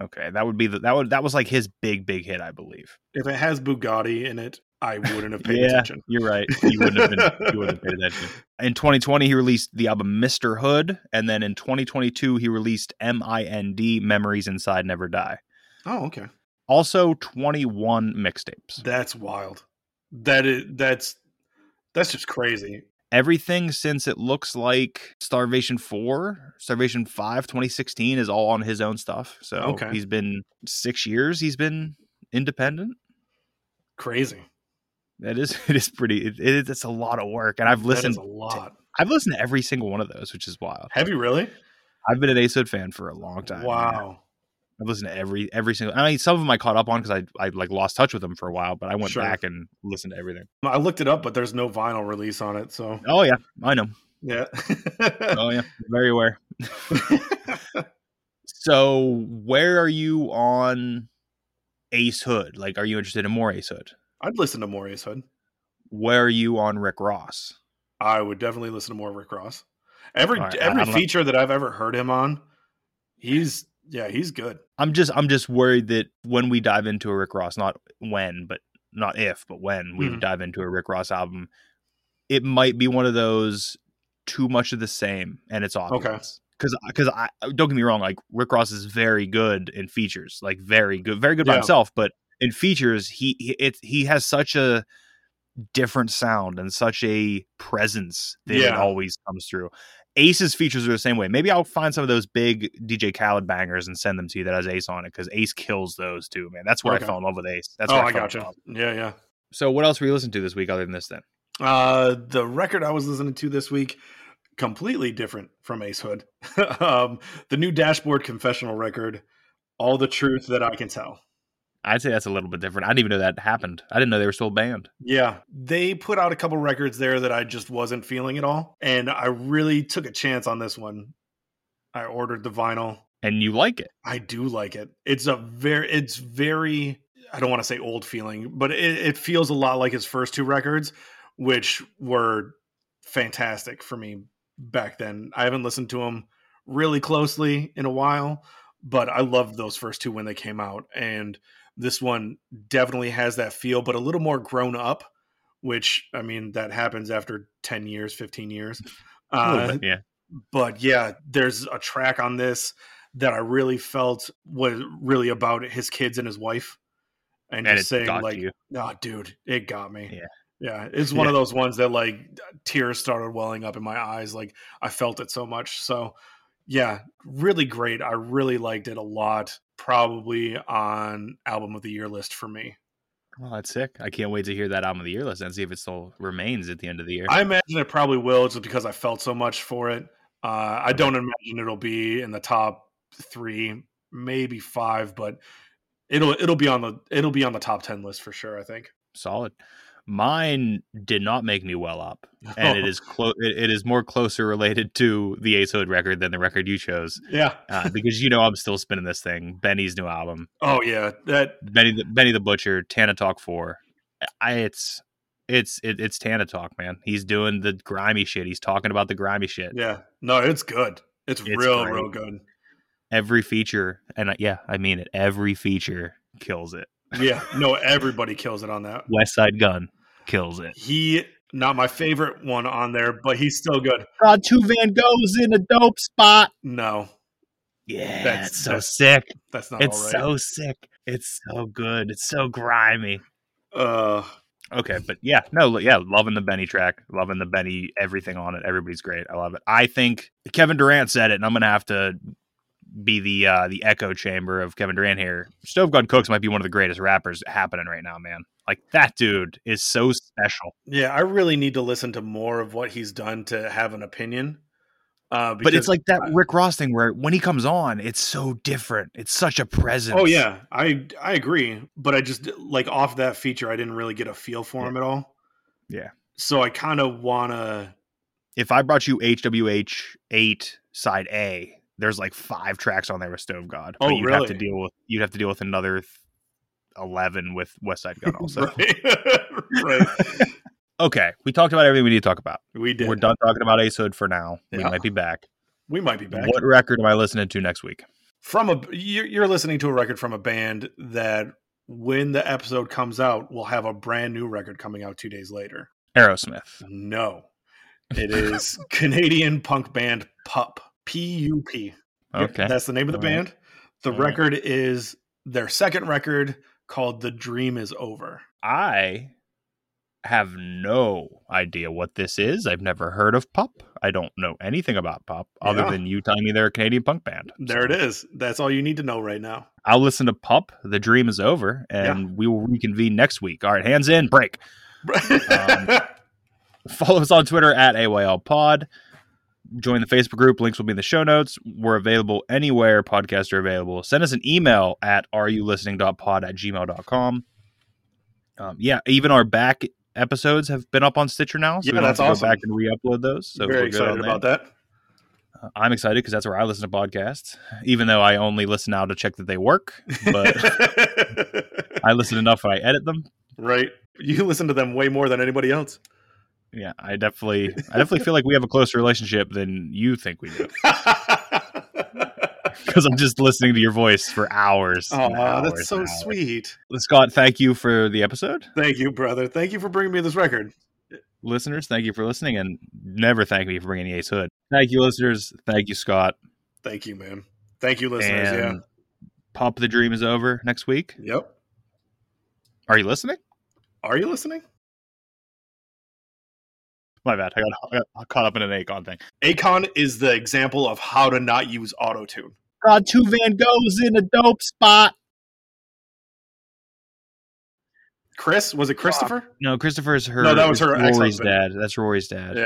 Okay, that would be the, that would that was like his big big hit, I believe. If it has Bugatti in it, I wouldn't have paid Yeah. attention. You're right. (laughs) You wouldn't have been. you wouldn't have (laughs) paid attention. In 2020, he released the album Mister Hood, and then in 2022, he released M.I.N.D. Memories Inside Never Die. Oh, okay. Also, 21 mixtapes. That's wild. That is that's that's just crazy. Everything since it looks like Starvation 4, Starvation 5, 2016 is all on his own stuff. So Okay. he's been six years. He's been independent. Crazy. That is, (laughs) it is pretty. It, it, it's a lot of work, and I've Listen, listened. a lot. I've listened to every single one of those, which is wild. Have you really? I've been an Ace Hood fan for a long time. man. Wow. I've listened to every every single. I mean, some of them I caught up on because I I like lost touch with them for a while, but I went Sure. back and listened to everything. I looked it up, but there's no vinyl release on it. So Oh yeah, I know. yeah. Oh yeah, very aware. so where are you on Ace Hood? Like, are you interested in more Ace Hood? (laughs) I'd listen to more Ace Hood. Where are you on Rick Ross? I would definitely listen to more Rick Ross. Every All right, I- every I'm not- feature that I've ever heard him on, he's yeah, he's good. I'm just I'm just worried that when we dive into a Rick Ross, not when, but not if, but when we Hmm. dive into a Rick Ross album, it might be one of those too much of the same, and it's obvious. Because, because I don't get me wrong, like Rick Ross is very good in features, like very good, very good by Yeah. himself. But in features, he he, it, he has such a different sound and such a presence that it Yeah. always comes through. Ace's features are the same way. Maybe I'll find some of those big DJ Khaled bangers and send them to you that has Ace on it because Ace kills those too, man. That's where Okay. I fell in love with Ace. That's oh, where I fell in gotcha. love. Yeah, yeah. So, what else were you listening to this week other than this? Then Uh, the record I was listening to this week, (laughs) completely different from Ace Hood. um, the new Dashboard Confessional record All the truth that I can tell. I'd say that's a little bit different. I didn't even know that happened. I didn't know they were still banned. Yeah, they put out a couple records there that I just wasn't feeling at all, and I really took a chance on this one. I ordered the vinyl. And you like it. I do like it. It's a very, it's very. I don't want to say old feeling, but it, it feels a lot like his first two records, which were fantastic for me back then. I haven't listened to them really closely in a while, but I loved those first two when they came out, and this one definitely has that feel, but a little more grown up. Which I mean, that happens after ten years, fifteen years. Uh, yeah. but yeah, there's a track on this that I really felt was really about his kids and his wife, and And just it saying got like, you. "Oh, dude, it got me." Yeah. yeah. (laughs) It's one of Yeah. those ones that like tears started welling up in my eyes. Like I felt it so much. So yeah, really great. I really liked it a lot. Probably on album of the year list for me. Well, Oh, that's sick. I can't wait to hear that album of the year list and see if it still remains at the end of the year. I imagine it probably will, just because I felt so much for it. Uh, I don't imagine it'll be in the top three, maybe five, but it'll it'll be on the it'll be on the top ten list for sure. I think. Solid. Mine did not make me well up, and (laughs) it is close. It, it is more closer related to the Ace Hood record than the record you chose, Yeah. uh, because you know I'm still spinning this thing. Benny's new album, Oh yeah. That Benny the, Benny the Butcher, Tana Talk Four. I, it's it's it, it's Tana Talk, man. He's doing the grimy shit. He's talking about the grimy shit. yeah. No, it's good. It's, It's real, great. real good. Every feature, and uh, yeah, I mean it. Every feature kills it. Yeah. No, everybody kills it on that. West Side Gun kills it. He not my favorite one on there, but he's still good. God, two Van Gogh's in a dope spot. No, Yeah, That's- it's so that's sick. that's not It's all right. so sick. It's so good. It's so grimy. uh, Okay, but yeah, no, yeah, loving the Benny track, loving the Benny, everything on it. Everybody's great. I love it. I think Kevin Durant said it, and I'm gonna have to be the uh, the echo chamber of Kevin Durant here. Stove Gun Cooks might be one of the greatest rappers happening right now, man. Like that dude is so special. yeah, I really need to listen to more of what he's done to have an opinion. Uh, but it's because- like that Rick Ross thing where when he comes on, it's so different. It's such a presence. Oh yeah, I I agree, but I just like off that feature, I didn't really get a feel for him at all. Yeah. So I kind of wanna. if I brought you HWH eight side A, there's like five tracks on there with Stove God. Oh, but you'd have to really? deal with you'd have to deal with another th- eleven with West Side (laughs) Gun also. Right. Right. Okay. We talked about everything we need to talk about. We (laughs) did. We're done talking about Ace Hood for now. We Yeah. might be back. We might be back What record am I listening to next week? from a. You're, you're listening to a record from a band that when the episode comes out, will have a brand new record coming out two days later. Aerosmith. No, (laughs) it is Canadian punk band Pup. P U P. Yep, Okay. That's the name of the All right. band. The All right. record is their second record called The Dream Is Over. I have no idea what this is. I've never heard of Pup. I don't know anything about Pup other Yeah. than you telling me they're a Canadian punk band. There it is. That's all you need to know right now. I'll listen to Pup. The dream is over, and we will reconvene next week. All right, hands in, break. (laughs) Um, (laughs) Follow us on Twitter at AYL Pod. Join the Facebook group. Links will be in the show notes. We're available anywhere podcasts are available. Send us an email at areyoulistening.pod at gmail.com. Um, yeah, even our back episodes have been up on Stitcher now. So Yeah, we don't that's have to awesome. go back and re upload those. So Very we're good on excited about that. that. I'm excited because that's where I listen to podcasts, even though I only listen now to check that they (laughs) work. But I listen enough and I edit them. right. You listen to them way more than anybody (laughs) else. Yeah, I definitely, I definitely feel like we have a closer relationship than you think we do oh, because I'm just listening to your voice for hours. and hours that's so and hours. sweet. Scott, thank you for the episode. Thank you, brother. Thank you for bringing me this record. Listeners, thank you for listening and never thank me for bringing Ace Hood. Thank you, listeners. Thank you, Scott. Thank you, man. Thank you, listeners. and Pop the Dream is over next week. yeah. Yep. Are you listening? Are you listening? My bad. I got, I got caught up in an Akon thing. Akon is the example of how to not use auto tune. God, two Van Gogh's in a dope spot. Chris, was it Christopher? No, Christopher's her. No, that was her Rory's ex-husband. dad. That's Rory's dad. Yeah.